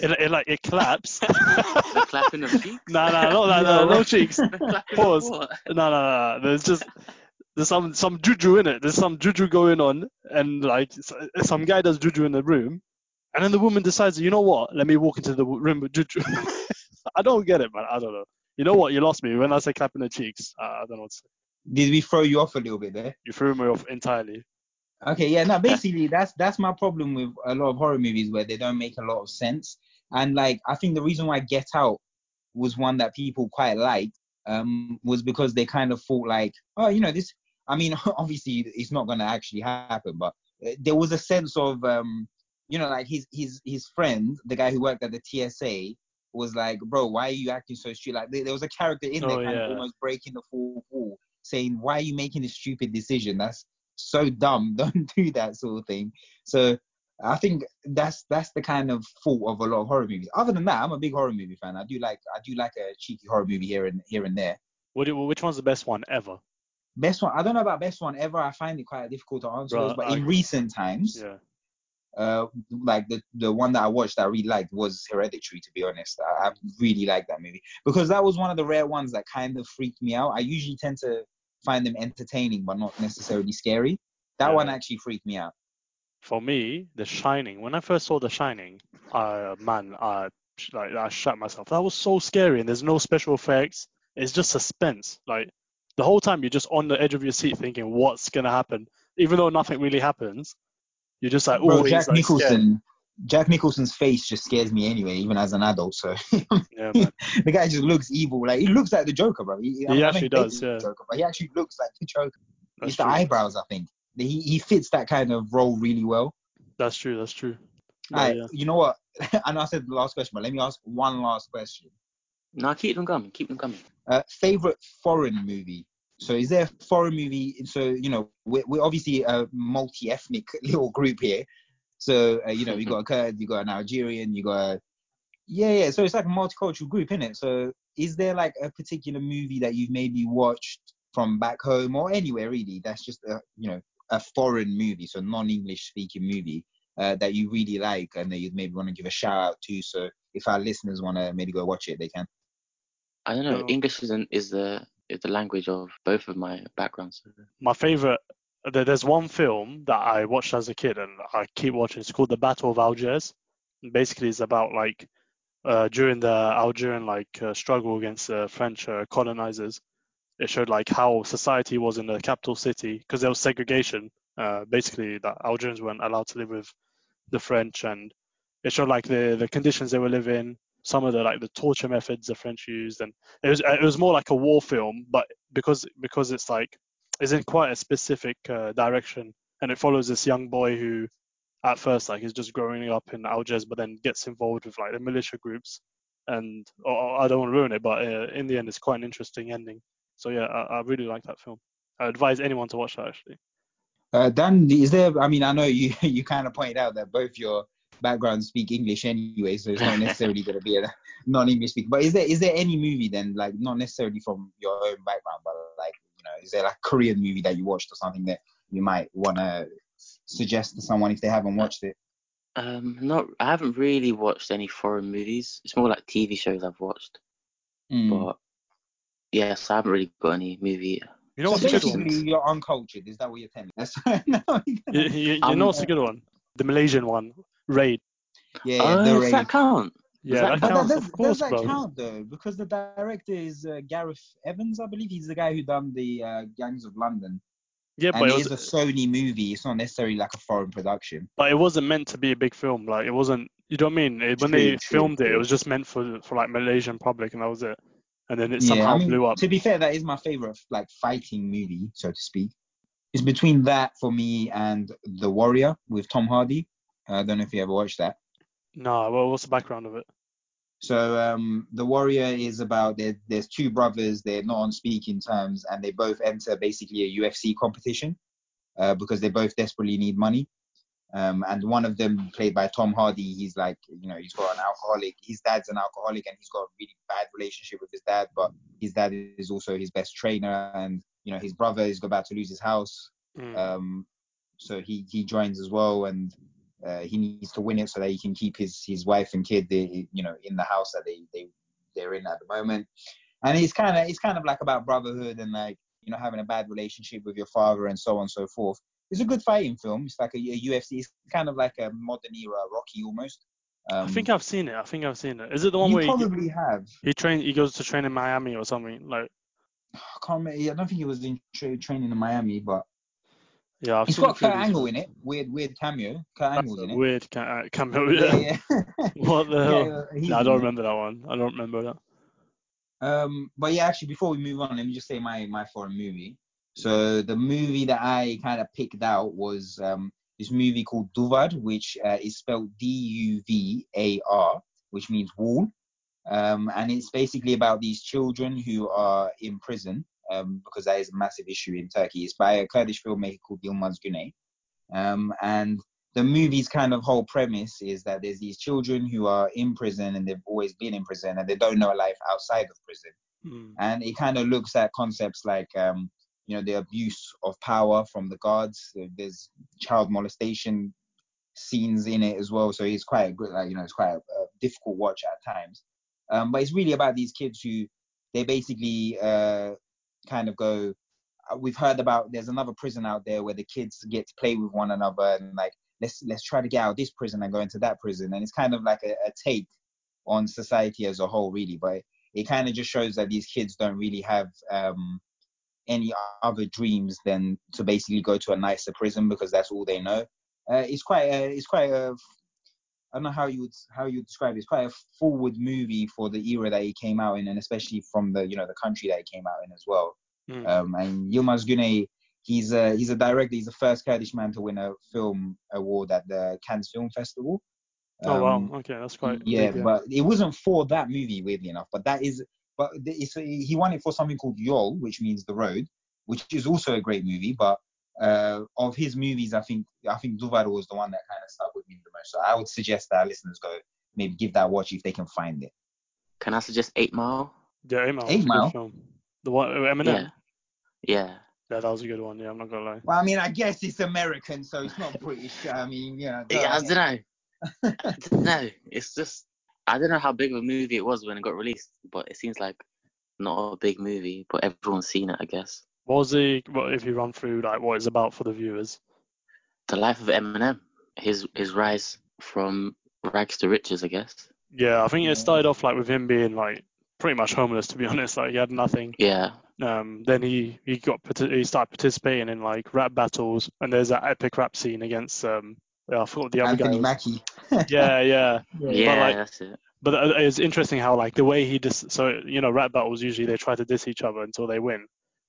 S1: it, it like it claps.
S4: The clapping of cheeks.
S1: No, no, no, no, no,
S2: No.
S1: no cheeks. No,
S4: The clapping
S1: Pause.
S4: Of what?
S1: no, no, no. There's just there's some some juju in it. There's some juju going on, and like s- some guy does juju in the room, and then the woman decides, you know what? Let me walk into the w- room with juju. I don't get it, man. I don't know. You know what? You lost me when I say clapping the cheeks. Uh, I don't know. What's,
S2: did we throw you off a little bit there
S1: you threw me off entirely.
S2: okay yeah no basically that's that's my problem with a lot of horror movies where they don't make a lot of sense and like i think the reason why get out was one that people quite liked um was because they kind of thought like oh you know this i mean obviously it's not going to actually happen but uh, there was a sense of um you know like his his his friend the guy who worked at the tsa was like bro why are you acting so stupid like there, there was a character in there
S1: Oh,
S2: kind of
S1: yeah.
S2: almost breaking the fourth wall saying why are you making this stupid decision that's so dumb don't do that sort of thing so I think that's that's the kind of fault of a lot of horror movies. Other than that, I'm a big horror movie fan. I do like I do like a cheeky horror movie here and here and there.
S1: What, do you- which one's the best one ever?
S2: Best one I don't know about best one ever. I find it quite difficult to answer
S1: Bruh,
S2: those. But
S1: I-
S2: in recent times,
S1: Yeah.
S2: uh, like the the one that I watched that I really liked was Hereditary. To be honest, I, I really liked that movie because that was one of the rare ones that kind of freaked me out. I usually tend to find them entertaining but not necessarily scary. That
S1: Yeah.
S2: one actually freaked me out.
S1: for me, The Shining. When I first saw The Shining, uh, man, I sh- like I shut myself. That was so scary, and there's no special effects. It's just suspense. Like the whole time, you're just on the edge of your seat, thinking, "What's gonna happen?" Even though nothing really happens, you're just like,
S2: Bro,
S1: "Oh,
S2: Jack
S1: like, scared."
S2: Nicholson. Jack Nicholson's face just scares me anyway, even as an adult. So
S1: Yeah, man.
S2: the guy just looks evil. Like he looks like the Joker, bro. He,
S1: He
S2: I mean, I
S1: actually
S2: think they
S1: does,
S2: do
S1: yeah.
S2: the Joker, but he actually looks like the Joker.
S1: That's
S2: it's the
S1: true.
S2: eyebrows, I think. He he fits that kind of role really well.
S1: That's true. That's true. No,
S2: Alright,
S1: Oh, yeah.
S2: you know what? I know I said the last question, but let me ask one last question.
S4: No, keep them coming. Keep them coming.
S2: Uh, favorite foreign movie. So is there a foreign movie? So you know we're, we're obviously a multi-ethnic little group here. So uh, you know you got a Kurd, you got a Nigerian, you got a yeah, yeah. So it's like a multicultural group, isn't it? So is there like a particular movie that you've maybe watched from back home or anywhere really that's just a you know a foreign movie, so non-English speaking movie uh, that you really like and that you'd maybe want to give a shout out to? So if our listeners want to maybe go watch it, they can.
S4: I don't know.
S1: No.
S4: English isn't is the is the language of both of my backgrounds. so-
S1: my favorite. there- There's one film that I watched as a kid and I keep watching. It's called The Battle of Algiers. And Basically, it's about like uh, during the Algerian like uh, struggle against the French uh, colonizers. It showed like how society was in the capital city because there was segregation. Uh, basically, that Algerians weren't allowed to live with the French, and it showed like the the conditions they were living, some of the like the torture methods the French used, and it was it was more like a war film, but because because it's like is in quite a specific uh, direction, and it follows this young boy who, at first, like is just growing up in Algiers, but then gets involved with like the militia groups, and or, or I don't want to ruin it, but uh, in the end, it's quite an interesting ending. So yeah, I, I really like that film. I advise anyone to watch that actually.
S2: Uh, Dan, is there? I mean, I know you you kind of pointed out that both your backgrounds speak English anyway, so it's not necessarily going to be a non-English speaker. But is there is there any movie then, like not necessarily from your own background, but like you know, is there like Korean movie that you watched or something that you might want to suggest to someone if they haven't watched it?
S4: Um, not. I haven't really watched any foreign movies. It's more like TV shows I've watched.
S1: Hmm.
S2: Mm.
S4: But yes, I haven't really got any movie.
S1: You know
S2: so
S1: what's a good one?
S2: basically, you're uncultured. Is that what you're telling us? No,
S1: You,
S2: yeah,
S1: you, you
S4: Um,
S1: know what's a good one? The Malaysian one, Raid.
S2: yeah,
S4: oh,
S2: the
S4: does
S2: Raid.
S4: that count?
S1: Yeah, that,
S4: that- but
S2: But that,
S1: counts,
S2: does,
S1: of course,
S2: does that
S1: bro.
S2: count though? Because the director is uh, Gareth Evans, I believe. He's the guy who done the uh, Gangs of London,
S1: Yeah,
S2: and
S1: but
S2: it
S1: it
S2: is
S1: was,
S2: a Sony movie. It's not necessarily like a foreign production.
S1: but it wasn't meant to be a big film. Like it wasn't. You know what I mean? It, when
S2: True,
S1: they
S2: true,
S1: filmed it, it
S2: true.
S1: was just meant for for like Malaysian public, and that was it. And then it
S2: Yeah,
S1: somehow
S2: I mean,
S1: blew up.
S2: To be fair, that is my favorite like fighting movie, so to speak. It's between that for me and The Warrior with Tom Hardy. I don't know if you ever watched that.
S1: No, well, what's the background of it?
S2: So um, the warrior is about there, there's two brothers. They're not on speaking terms, and they both enter basically a UFC competition uh, because they both desperately need money. Um, and one of them, played by Tom Hardy, he's like you know he's got an alcoholic. His dad's an alcoholic, and he's got a really bad relationship with his dad. But his dad is also his best trainer, and you know his brother is about to lose his house.
S1: Mm.
S2: Um, so he he joins as well, and uh, he needs to win it so that he can keep his his wife and kid they, you know in the house that they they they're in at the moment and it's kind of it's kind of like about brotherhood and like you know having a bad relationship with your father and so on and so forth it's a good fighting film it's like a, a ufc it's kind of like a modern era rocky almost um,
S1: I think I've seen it. I think I've seen it. Is it the one
S2: you
S1: where he,
S2: probably have
S1: he train he goes to train in Miami or something? Like
S2: I can't remember. I don't think it was in tra- training in Miami, but
S1: yeah, I've
S2: it's
S1: seen
S2: got
S1: a few
S2: Kurt
S1: of these
S2: Angle
S1: films.
S2: in it. Weird, weird cameo. Kurt
S1: That's
S2: Angle's in
S1: a
S2: it.
S1: weird ca- uh, cameo. Yeah.
S2: yeah.
S1: What the hell?
S2: yeah he's
S1: No, I
S2: in
S1: don't
S2: it.
S1: remember that one. I don't remember that.
S2: Um, but yeah, actually, before we move on, let me just say my my foreign movie. So the movie that I kind of picked out was um, this movie called Duvad, which uh, is spelled D-U-V-A-R, which means wall. Um, and it's basically about these children who are in prison um, because that is a massive issue in Turkey. It's by a Kurdish filmmaker called Yilmaz Güney. Um, and the movie's kind of whole premise is that there's these children who are in prison and they've always been in prison and they don't know life outside of prison.
S1: Mm.
S2: And it kind of looks at concepts like, um, you know, the abuse of power from the guards. There's child molestation scenes in it as well. So it's quite a good, like, you know, it's quite a, a difficult watch at times. Um, but it's really about these kids who they basically uh, kind of go, uh, we've heard about there's another prison out there where the kids get to play with one another and like let's let's try to get out of this prison and go into that prison and it's kind of like a, a take on society as a whole really but it kind of just shows that these kids don't really have um any other dreams than to basically go to a nicer prison because that's all they know uh, it's quite a, it's quite a I don't know how you would how you would describe it. It's quite a forward movie for the era that it came out in, and especially from the you know the country that it came out in as well.
S1: Mm.
S2: Um, and Yilmaz Güney, he's a he's a director. He's the first Kurdish man to win a film award at the Cannes Film Festival.
S1: oh
S2: Um,
S1: wow. Okay, that's quite.
S2: yeah,
S1: big,
S2: but it wasn't for that movie, weirdly enough. But that is, but the- it's he won it for something called Yol, which means the road, which is also a great movie. But uh, of his movies, I think I think Duvar was the one that kind of stuck with me the most. So I would suggest that our listeners go maybe give that a watch if they can find it.
S4: Can I suggest Eight Mile?
S1: yeah, Eight Mile.
S2: Eight
S1: was a good
S2: Mile?
S1: film. The one uh, Eminem. Yeah.
S4: Yeah. Yeah.
S1: that was a good one. Yeah, I'm not gonna lie.
S2: Well, I mean, I guess it's American, so it's not British. I mean, you know.
S4: Yeah, I don't know. I don't know. It's just I don't know how big of a movie it was when it got released, but it seems like not a big movie, but everyone's seen it, I guess.
S1: What was the? What if you run through like what it's about for the viewers?
S4: The life of Eminem, his his rise from rags to riches, I guess.
S1: Yeah, I think
S2: Yeah.
S1: it started off like with him being like pretty much homeless to be honest. Like he had nothing.
S4: Yeah,
S1: Um, then he he got parti- he started participating in like rap battles, and there's that epic rap scene against um. Yeah, I forgot the other guy.
S2: Anthony
S1: was.
S2: Mackie.
S1: Yeah, yeah.
S4: yeah,
S1: like-
S4: that's it.
S1: But uh, it's interesting how like the way he dis- so you know rap battles usually they try to diss each other until they win,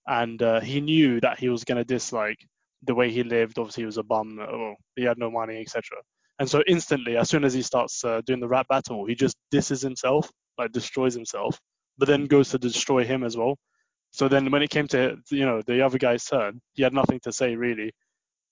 S1: and uh, he knew that he was gonna diss like the way he lived. Obviously, he was a bum. Oh, he had no money, etc. And so instantly, as soon as he starts uh, doing the rap battle, he just disses himself, like destroys himself, but then goes to destroy him as well. So then when it came to you know the other guy's turn, he had nothing to say really.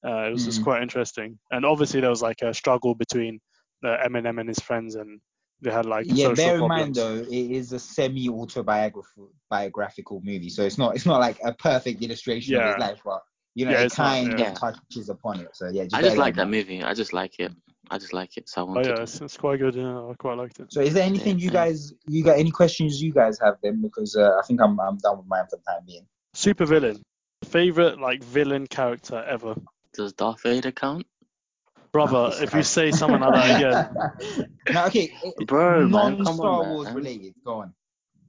S1: Uh, it was just
S2: Mm.
S1: quite interesting. And obviously there was like a struggle between uh, Eminem and his friends, and they had like
S2: yeah,
S1: social
S2: bear in
S1: problems.
S2: mind though, it is a semi autobiographical biographical movie, so it's not it's not like a perfect illustration of his
S1: Yeah.
S2: life, but you know
S1: Yeah,
S2: it
S1: it's not,
S2: kind
S4: yeah.
S2: of touches upon it. So yeah, just
S4: I
S2: bear
S4: just like
S2: in
S4: that
S2: mind.
S4: movie. I just like it. I just like it. So I
S1: Oh
S4: wanted.
S1: yeah, it's, it's quite good. Yeah, I quite liked it.
S2: So is there anything you
S4: Mhm.
S2: guys you got any questions you guys have then? Because uh, I think I'm I'm done with mine for the time being.
S1: Super villain, favorite like villain character ever.
S4: Does Darth Vader count?
S1: Brother,
S2: this
S1: if
S2: guy.
S1: you say someone like that again,
S2: no, okay, eh,
S4: Bro, man,
S2: non
S4: come
S2: Star
S4: on,
S2: Wars
S4: man.
S2: related. Go on.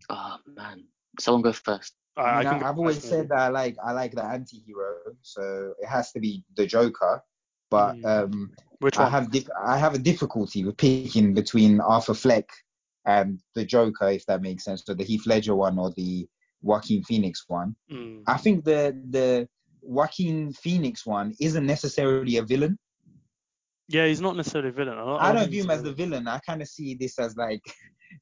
S4: Oh man, someone go first.
S1: I,
S2: I
S1: I
S2: mean,
S1: can.
S2: I,
S1: go
S2: I've always
S1: first,
S2: said that I like I like the anti-hero, so it has to be the Joker. But
S1: Mm.
S2: um,
S1: maybe. Which
S2: I
S1: one?
S2: have dif- I have a difficulty with picking between Arthur Fleck and the Joker, if that makes sense. So the Heath Ledger one or the Joaquin Phoenix one.
S1: Mm.
S2: I think the the Joaquin Phoenix one isn't necessarily a villain.
S1: Yeah, he's not necessarily a villain. I don't,
S2: I don't
S1: think
S2: view
S1: he's
S2: him
S1: a
S2: as the
S1: villain.
S2: villain. I kind of see this as like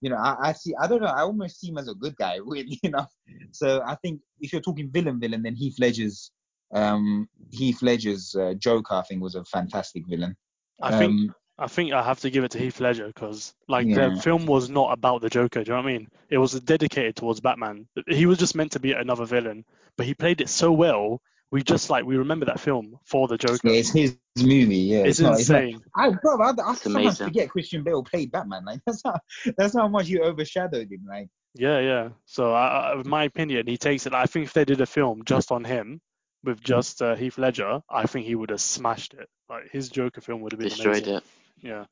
S2: you know, I, I see. I don't know. I almost see him as a good guy, really enough. So I think if you're talking villain, villain, then Heath Ledger's um, Heath Ledger's uh, Joker, I think, was a fantastic villain.
S1: I think
S2: Um,
S1: I think I have to give it to Heath Ledger because like
S2: Yeah.
S1: the film was not about the Joker. Do you know what I mean? It was dedicated towards Batman. He was just meant to be another villain, but he played it so well. We just like we remember that film for the Joker.
S2: yeah, it's his movie. Yeah,
S1: it's,
S2: not- not-
S1: insane.
S2: I, bro, I, I sometimes
S4: amazing.
S2: forget Christian Bale played Batman. Like that's how that's how much he overshadowed him. Like
S1: Yeah, yeah. So, I, I, in my opinion, he takes it. I think if they did a film just on him with just uh, Heath Ledger, I think he would have smashed it. Like his Joker film would have been
S4: Destroyed
S1: amazing.
S4: it.
S1: Yeah.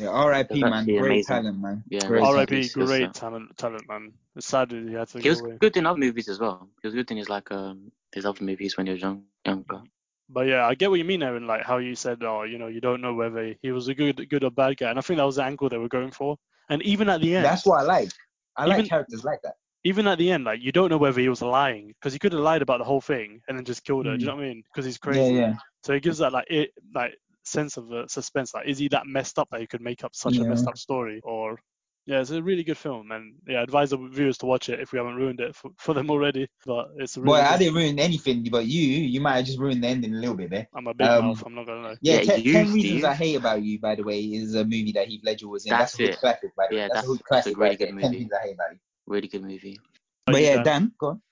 S2: yeah, R.I.P.
S4: That's
S2: man,
S4: actually
S2: great
S4: amazing.
S2: talent, man.
S4: Yeah.
S2: Great
S4: R.I.P.
S1: R.I.P.
S4: Yes, yes,
S1: Great
S4: sir.
S1: talent, talent man. It's sad that he had to
S4: He
S1: go
S4: was
S1: away.
S4: good in other movies as well. He was good in his like um his other movies when he was young, younger.
S1: But yeah, I get what you mean, Aaron. Like how you said, oh, you know, you don't know whether he was a good, good or bad guy, and I think that was the angle they were going for. And even at the end,
S2: That's what I like. I like
S1: Even-
S2: characters like that.
S1: even at the end, like you don't know whether he was lying because he could have lied about the whole thing and then just killed her. Do you know what I mean? Because he's crazy.
S2: Mm. Yeah, yeah.
S1: So it gives that like it like sense of uh, suspense. Like, is he that messed up that he could make up such a messed
S2: Yeah.
S1: up story? Or yeah, it's a really good film, and yeah, I advise the viewers to watch it if we haven't ruined it for, for them already. But it's a really.
S2: Boy, I
S1: good-
S2: didn't ruin anything, but you you might have just ruined the ending a little bit there.
S1: I'm a big
S2: um,
S1: mouth. I'm not gonna lie.
S2: Yeah,
S4: Yeah,
S2: Te-
S4: you,
S2: Ten Reasons
S4: Steve.
S2: I Hate About You, by the way, is a movie that Heath Ledger was in. That's,
S4: That's
S2: a good
S4: it.
S2: classic, by the way.
S4: Yeah,
S2: that's,
S4: that's-
S2: a good classic.
S4: that's a great
S2: right there.
S4: good
S2: Ten
S4: movie.
S2: Reasons I Hate About You.
S4: Really good movie.
S1: Are
S2: But
S1: you
S2: yeah,
S1: done?
S2: Dan, go on.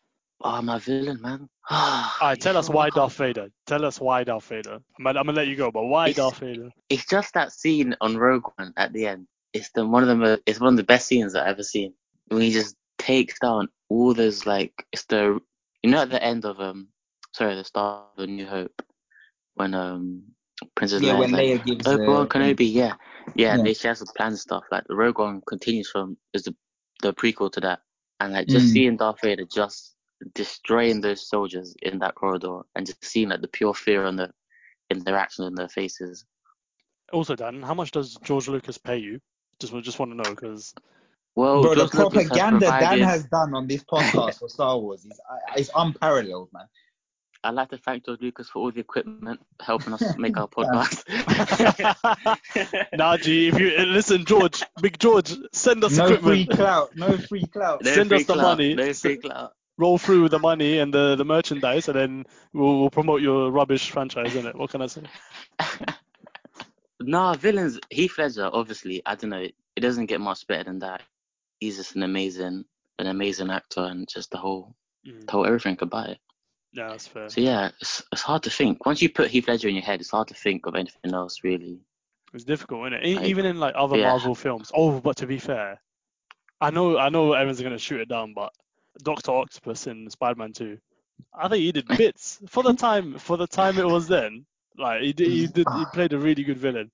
S4: Oh, my villain, man. Ah,
S1: All right, tell us why Darth Vader. Tell us why Darth Vader. I'm gonna, I'm gonna let you go, but why
S4: It's-
S1: Darth Vader?
S4: It's just that scene on Rogue One at the end. It's the one of the mo- it's one of the best scenes I've ever seen. When he just takes down all those like it's the you know at the end of um sorry the start of A New Hope when um Princess
S2: Yeah,
S4: Leia's
S2: when
S4: like,
S2: Leia gives
S4: Obi Wan
S2: the-
S4: Kenobi, yeah. yeah,
S2: Yeah.
S4: They share some plans and stuff. Like the Rogue One continues from is the the prequel to that, and like just
S2: Mm.
S4: seeing Darth Vader just destroying those soldiers in that corridor, and just seeing like the pure fear on the in their actions and their faces.
S1: Also, Dan, how much does George Lucas pay you? Just just want to know because Oh,
S4: Well,
S2: Bro,
S4: George
S2: the
S4: Lucas has
S2: propaganda Dan
S4: provided-
S2: has done on this podcast for Star Wars is is unparalleled, man.
S4: I'd like to thank George Lucas for all the equipment helping us make our
S2: Yeah.
S4: podcast.
S1: Najee, if you listen, George, Big George, send us
S2: No free
S1: equipment.
S2: clout, no free clout.
S4: No
S1: Send us
S4: free
S1: the
S4: clout,
S1: money.
S4: No free clout.
S1: roll through the money and the, the merchandise, and then we'll, we'll promote your rubbish franchise, innit? What can I say?
S4: Nah, villains. Heath Ledger, obviously. I don't know. It doesn't get much better than that. He's just an amazing, an amazing actor, and just the whole, the whole everything about
S1: Mm.
S4: it.
S1: Yeah, that's fair.
S4: So yeah, it's, it's hard to think. Once you put Heath Ledger in your head, it's hard to think of anything else really.
S1: It's difficult, innit? E-
S4: I-
S1: Even in like other
S4: yeah.
S1: Marvel films. Oh, but to be fair, I know I know everyone's gonna shoot it down, but Doctor Octopus in Spider-Man 2, I think he did bits for the time for the time it was then. Like he did, he did he played a really good villain.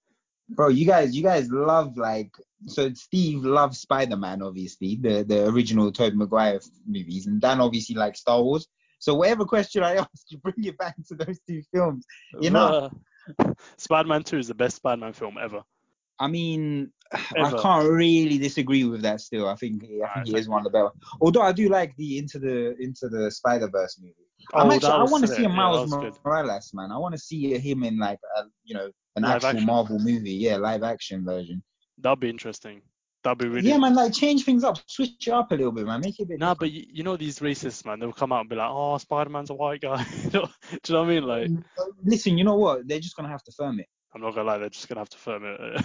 S2: Bro, you guys, you guys love like so. Steve loves Spider Man, obviously, the the original Tobey Maguire movies, and Dan obviously likes Star Wars. So whatever question I ask, you bring it back to those two films. You know-
S1: Uh, Spider-Man 2 is the best Spider-Man film ever.
S2: I mean,
S1: Ever.
S2: I can't really disagree with that. Still, I think I
S1: Alright,
S2: think it is one of the better. Although I do like the Into the Into the Spider Verse movie. I'm
S1: Oh,
S2: actually,
S1: that
S2: I
S1: was
S2: want to
S1: sick.
S2: see
S1: Yeah,
S2: a
S1: that
S2: Miles
S1: was good.
S2: Morales, man. I want to see him in like a, you know an
S1: Live
S2: actual
S1: action.
S2: Marvel movie, yeah, live action version.
S1: That'd be interesting. That'd be really
S2: Yeah, man, like change things up, switch it up a little bit, man. Make it a bit.
S1: Nah, but you, you know these racists, man. They'll come out and be like, "Oh, Spider-Man's a white guy." You know- Do you know what I mean?
S2: Mm.
S1: Like,
S2: Listen, you know what? They're just gonna have to firm it.
S1: I'm not gonna lie, they're just gonna have to firm it.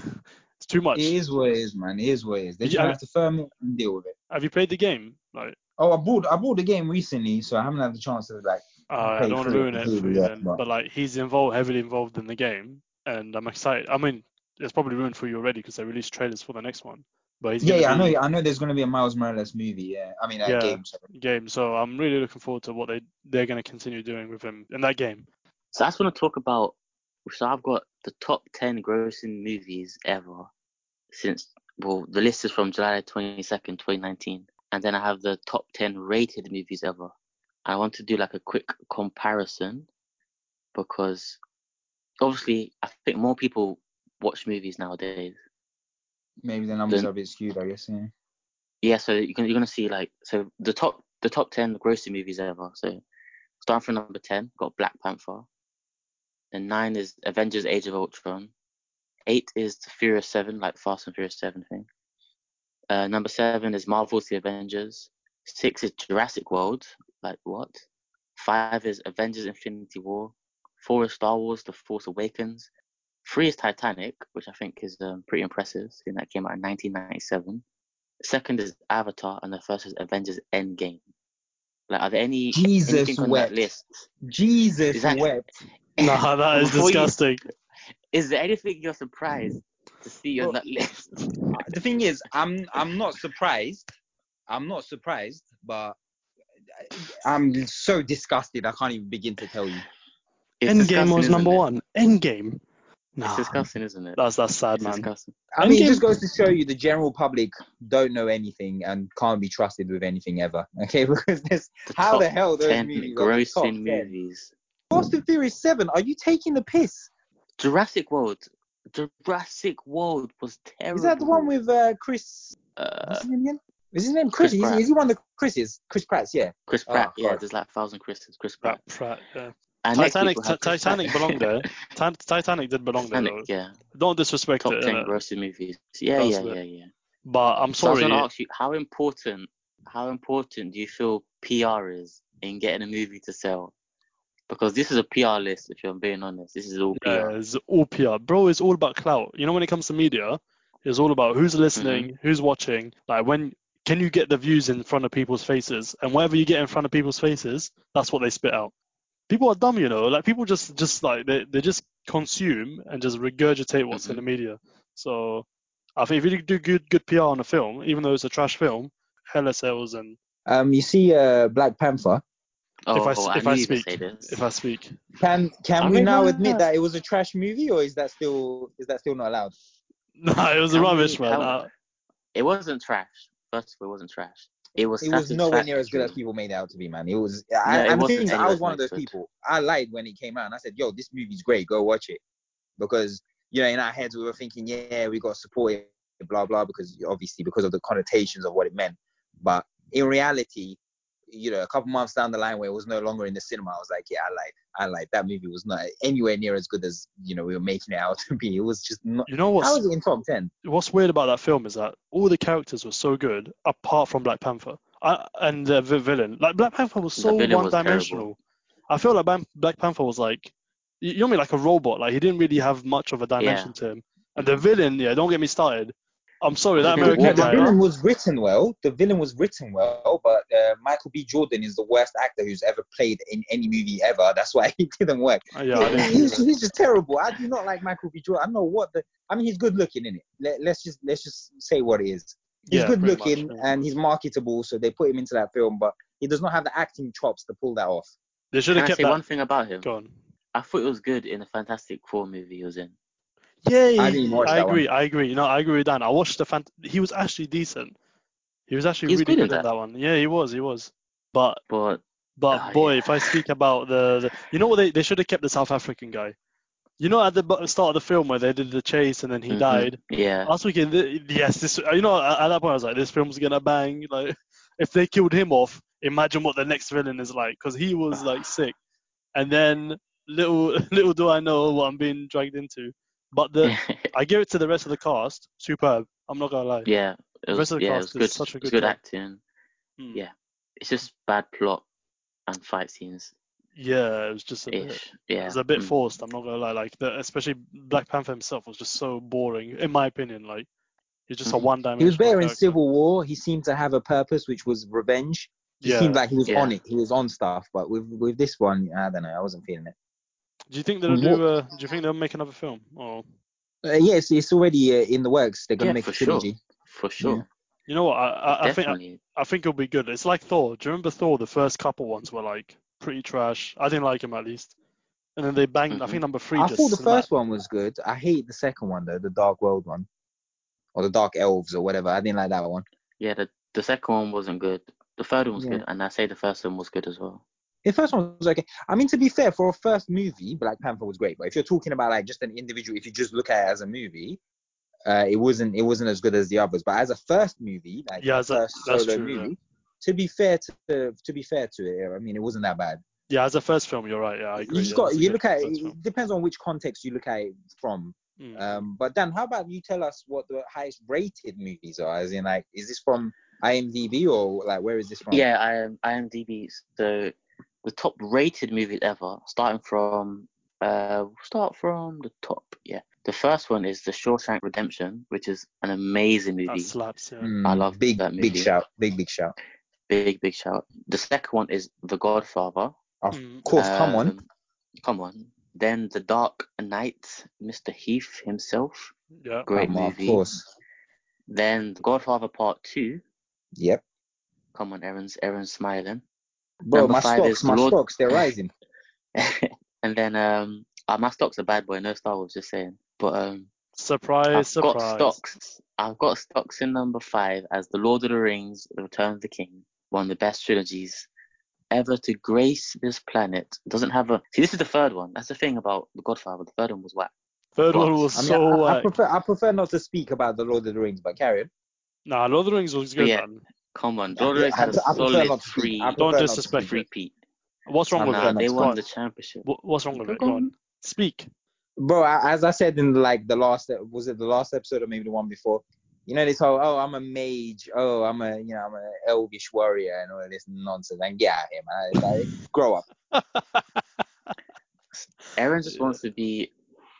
S1: it's too much.
S2: It is what it is, man. It is what it is. They're just
S1: Yeah.
S2: gonna have to firm it and deal with it.
S1: Have you played the game? Like,
S2: Oh, I bought I bought the game recently, so I haven't had the chance to like.
S1: uh, I
S2: played
S1: don't want to
S2: through it
S1: ruin it for
S2: completely
S1: you,
S2: yet,
S1: then,
S2: but-
S1: but like, he's involved, heavily involved in the game, and I'm excited. I mean, it's probably ruined for you already because they released trailers for the next one. But he's gonna
S2: yeah, yeah, I
S1: be
S2: know, I know. There's gonna be a Miles Morales movie. Yeah, I mean, that
S1: Yeah.
S2: game. So.
S1: in the game, so I'm really looking forward to what they they're gonna continue doing with him in that game.
S4: So I just want to talk about. So I've got the top ten grossing movies ever since. Well, the list is from July twenty second, twenty nineteen, and then I have the top ten rated movies ever. I want to do like a quick comparison because obviously I think more people watch movies nowadays.
S2: Maybe the numbers
S4: Then-
S2: are a bit skewed, I guess. Yeah.
S4: Yeah, so you can, you're gonna see like so the top the top ten grossing movies ever. So starting from number ten, got Black Panther. Then nine is Avengers: Age of Ultron. Eight is Furious Seven, like Fast and Furious Seven thing. Uh, number seven is Marvel's The Avengers. Six is Jurassic World. Like what? Five is Avengers Infinity War. Four is Star Wars The Force Awakens. Three is Titanic, which I think is um, pretty impressive, seeing that came out in 1997. Second is Avatar, and the first is Avengers Endgame. Like, are there any
S2: Jesus
S4: anything on
S2: wept.
S4: that list?
S2: Jesus
S4: Is that-
S2: wept.
S1: Nah, that is
S4: Before you-
S1: disgusting.
S4: Is there anything you're surprised to see on
S2: Well-
S4: that list?
S2: The thing is, I'm I'm not surprised. I'm not surprised, but I'm so disgusted. I can't even begin to tell you.
S4: It's
S1: Endgame
S4: disgusting,
S1: was
S4: isn't
S1: number
S4: it?
S1: one. Endgame.
S4: It's
S1: Nah,
S4: disgusting, isn't it?
S1: that's that's sad,
S4: It's
S1: man.
S4: disgusting.
S2: I mean,
S1: Endgame-
S2: it just goes to show you the general public don't know anything and can't be trusted with anything ever. Okay, because this
S4: The
S2: how
S4: top
S2: the hell those
S4: 10
S2: movies are the top
S4: grossing
S2: 10?
S4: movies.
S2: Fast and Furious Seven. Are you taking the piss?
S4: Jurassic World. Jurassic World was terrible.
S2: Is that the one with uh, Chris?
S4: uh,
S2: What's his name again? Is his name Chris?
S4: Chris
S2: is,
S4: Pratt.
S2: is he one of the Chris's? Chris Pratt's, yeah.
S4: Chris
S2: Oh,
S4: Pratt? yeah,
S2: God.
S4: there's like a thousand Chris's. Chris Pratt.
S1: That prat, yeah.
S4: And next
S1: Titanic,
S4: week we'll have
S1: Ti-
S4: Chris
S1: Titanic
S4: Pratt.
S1: belonged there. Ti- Titanic did belong there.
S4: Titanic,
S1: Though.
S4: yeah.
S1: Don't disrespect
S4: Top
S1: it,
S4: 10
S1: innit?
S4: grossing movies. Yeah,
S1: That
S4: yeah,
S1: was
S4: yeah,
S1: lit.
S4: yeah.
S1: but I'm
S4: So I was
S1: sorry.
S4: gonna ask you, how important, how important do you feel PR is in getting a movie to sell? Because this is a PR list. If I'm being honest, this is all PR.
S1: Yeah, it's all PR. Bro, it's all about clout. You know, when it comes to media, it's all about who's listening,
S4: Mm-hmm.
S1: who's watching. Like, when can you get the views in front of people's faces? And whatever you get in front of people's faces, that's what they spit out. People are dumb, you know. Like, people just, just like they, they just consume and just regurgitate what's
S4: Mm-hmm.
S1: in the media. So, I think if you do good, good PR on a film, even though it's a trash film, hella sales. And
S2: Um, you see, uh, Black Panther.
S4: Oh,
S1: if I s-
S4: oh, I
S1: if
S4: knew
S1: I
S4: you would
S1: speak,
S4: say this.
S1: if I speak,
S2: Can can
S4: I
S2: we
S4: mean,
S2: now
S4: why
S2: admit
S4: not?
S2: that it was a trash movie, or is that still is that still not allowed?
S1: nah, it was
S4: How
S1: rubbish,
S4: many-
S1: man.
S4: how-
S1: I-
S4: It wasn't trash. First of all, it wasn't trash. It was.
S2: It was nowhere near as good as
S4: satisfactory.
S2: people made it out to be, man. It was. I,
S4: No, it
S2: and the
S4: wasn't
S2: thing is, I
S4: anywhere
S2: was one of
S4: near
S2: those
S4: as good.
S2: people. I lied when it came out, and I said, "Yo, this movie's great. Go watch it," because you know, in our heads, we were thinking, "Yeah, we got to support it," blah blah, because obviously because of the connotations of what it meant. But in reality, you know, a couple months down the line, where it was no longer in the cinema, I was like, "Yeah, I lied. I lied. That movie was not anywhere near as good as you know we were making it out to be. It was just not.
S1: you know
S2: How
S1: what's
S2: was it in top ten?
S1: what's weird about that film is that all the characters were so good apart from Black Panther I, and the vi- villain. Like Black Panther was
S4: The
S1: so
S4: villain was
S1: one-dimensional. I feel like Ban- Black Panther was like you you know what I mean, like a robot. Like he didn't really have much of a dimension to him. And the villain, yeah, don't get me started. I'm sorry, that
S4: The
S1: American
S2: No,
S4: Walk
S2: the
S1: guy.
S4: Walker.
S2: villain was written well. The villain was written well, but uh, Michael B. Jordan is the worst actor who's ever played in any movie ever. That's why he didn't work.
S1: uh, yeah, I
S2: He-
S1: didn't,
S2: he's, he's just terrible. I do not like Michael B. Jordan. I don't know what the. I mean, he's good looking in it. Let, let's just let's just say what it is. He's
S1: yeah,
S2: good
S1: pretty much,
S2: looking
S1: yeah.
S2: and he's marketable, so they put him into that film, but he does not have the acting chops to pull that off.
S1: They should
S4: Can
S1: have
S4: I
S1: kept
S4: say
S1: that
S4: one thing about him?
S1: gone.
S4: I thought it was good in the Fantastic Four movie he was in.
S1: Yay!
S2: I didn't watch
S1: I
S2: that one.
S1: agree. I agree. You know, I agree with Dan. I watched the fan. He was actually decent. He was actually
S4: He's
S1: really
S4: good in
S1: good in
S4: that.
S1: that one. Yeah, he was. He was. But
S4: But
S1: But
S4: Oh,
S1: boy,
S4: yeah.
S1: if I speak about the, the you know what they, they should have kept the South African guy. You know at the bu- start of the film where they did the chase and then he
S4: mhm,
S1: died.
S4: Yeah.
S1: Last weekend, th- yes, this you know at, at that point I was like, this film's gonna bang. Like, if they killed him off, imagine what the next villain is like because he
S4: Ah.
S1: was like sick. And then little little do I know what I'm being dragged into. But the I give it to the rest of the cast, superb. I'm not gonna lie.
S4: yeah. It
S1: The
S4: was,
S1: rest of the
S4: yeah, it was
S1: cast
S4: good.
S1: is such a
S4: it was
S1: good
S4: good
S1: job.
S4: acting.
S1: Mm.
S4: yeah. It's just bad plot and fight scenes
S1: Yeah, it was just a bit.
S4: ish. Yeah.
S1: It was a bit
S2: Hmm.
S4: mm.
S1: forced. I'm not gonna lie. Like, the, especially Black Panther himself was just so boring, in my opinion. Like, he's just a
S4: Mhm.
S1: one-dimensional.
S2: Hmm. He was better in
S1: character.
S2: Civil War. He seemed to have a purpose, which was revenge. He
S1: Yeah.
S2: seemed like he was
S4: Yeah.
S2: on it. He was on stuff, but with with this one, I don't know. I wasn't feeling it.
S1: Do you think they'll
S2: What-
S1: do? Uh, do you think they'll make another film? Or
S2: Uh, yes, it's already uh, in the works. They're gonna
S4: Yeah,
S2: make a
S4: for sure.
S2: trilogy.
S4: For sure.
S1: you know what? I, I, I think
S2: uh,
S1: I,
S4: Definitely.
S1: I think it'll be good. It's like Thor. Do you remember Thor? The first couple ones were like pretty trash. I didn't like him at least. And then they banged. I
S4: Mhm.
S1: think number three.
S2: Mm-hmm. I
S1: just
S2: thought the
S1: smacked-
S2: first one was good. I hate the second one though, the Dark World one, or the Dark Elves or whatever. I didn't like that one.
S4: Yeah. The the second one wasn't good. The third one was
S2: Yeah.
S4: good, and I say the first one was good as well.
S2: The first one was okay. I mean, to be fair, for a first movie, Black Panther was great. But if you're talking about like just an individual, if you just look at it as a movie, uh, it wasn't it wasn't as good as the others. But as a first movie, like
S1: Yeah,
S2: a
S1: as a-
S2: first
S1: that's
S2: solo
S1: true, yeah.
S2: movie, to be fair to to be fair to it, I mean, it wasn't that bad.
S1: Yeah, as a first film, you're right. Yeah, I agree.
S2: you just
S1: yeah,
S2: got
S1: that's a
S2: you
S1: good
S2: look at it,
S1: first film.
S2: it depends on which context you look at it from
S1: Mm.
S2: Um, but Dan, how about you tell us what the highest rated movies are? As in, like, is this from IMDb or like where is this from?
S4: Yeah, I am IMDb. So the top rated movies ever, starting from uh, we'll start from the top. Yeah, the first one is The Shawshank Redemption, which is an amazing movie.
S1: That slaps. Yeah.
S2: Mm,
S4: I love
S2: big,
S4: that
S2: big
S4: movie.
S2: shout, big, big shout.
S4: Big big shout. The second one is The Godfather.
S2: Of
S1: Mm.
S2: course, come on.
S4: Um, come on. Then The Dark Knight, Mr. Heath himself.
S1: Yeah.
S4: Great
S2: Come on,
S4: movie.
S2: Of course.
S4: Then The Godfather Part Two.
S2: Yep.
S4: Come on, Aaron's Aaron's smiling.
S2: Bro,
S4: Number
S2: my
S4: five
S2: stocks,
S4: is
S2: my
S4: Lord-
S2: stocks, they're rising.
S4: and then um, uh, my stock's a bad boy. No Star Wars, just saying. But um,
S1: Surprise,
S4: I've
S1: surprise.
S4: got stocks. I've got stocks in number five as The Lord of the Rings, The Return of the King, one of the best trilogies ever to grace this planet. Doesn't have a see. This is the third one. That's the thing about The Godfather. The third one was whack.
S1: Third one
S4: Stocks.
S1: was
S2: I mean,
S1: so
S4: uh,
S2: I, I
S1: whack.
S2: prefer, I prefer not to speak about the Lord of the Rings, but carry on.
S1: Nah, Lord of the Rings was
S4: But
S1: good,
S4: yeah,
S1: man.
S4: Come on,
S2: Yeah,
S4: Lord of the Rings
S2: I
S4: had a
S2: pre- I prefer
S4: solid
S2: not to speak.
S4: three,
S2: I
S1: Don't
S2: prefer not to
S1: disrespect
S2: speak.
S4: three peat.
S1: What's wrong
S2: I'm
S1: with
S4: Nah,
S2: prefer
S1: it?
S2: not
S4: they
S2: to
S1: It's
S4: won
S1: fine.
S4: the championship.
S1: Wh- What's wrong with it? Go on. Speak.
S2: bro I, as i said in like the last was it the last episode or maybe the one before you know this whole oh i'm a mage oh i'm a you know i'm an elvish warrior and all this nonsense and get out of here man It's like, grow up
S4: Aaron just wants to be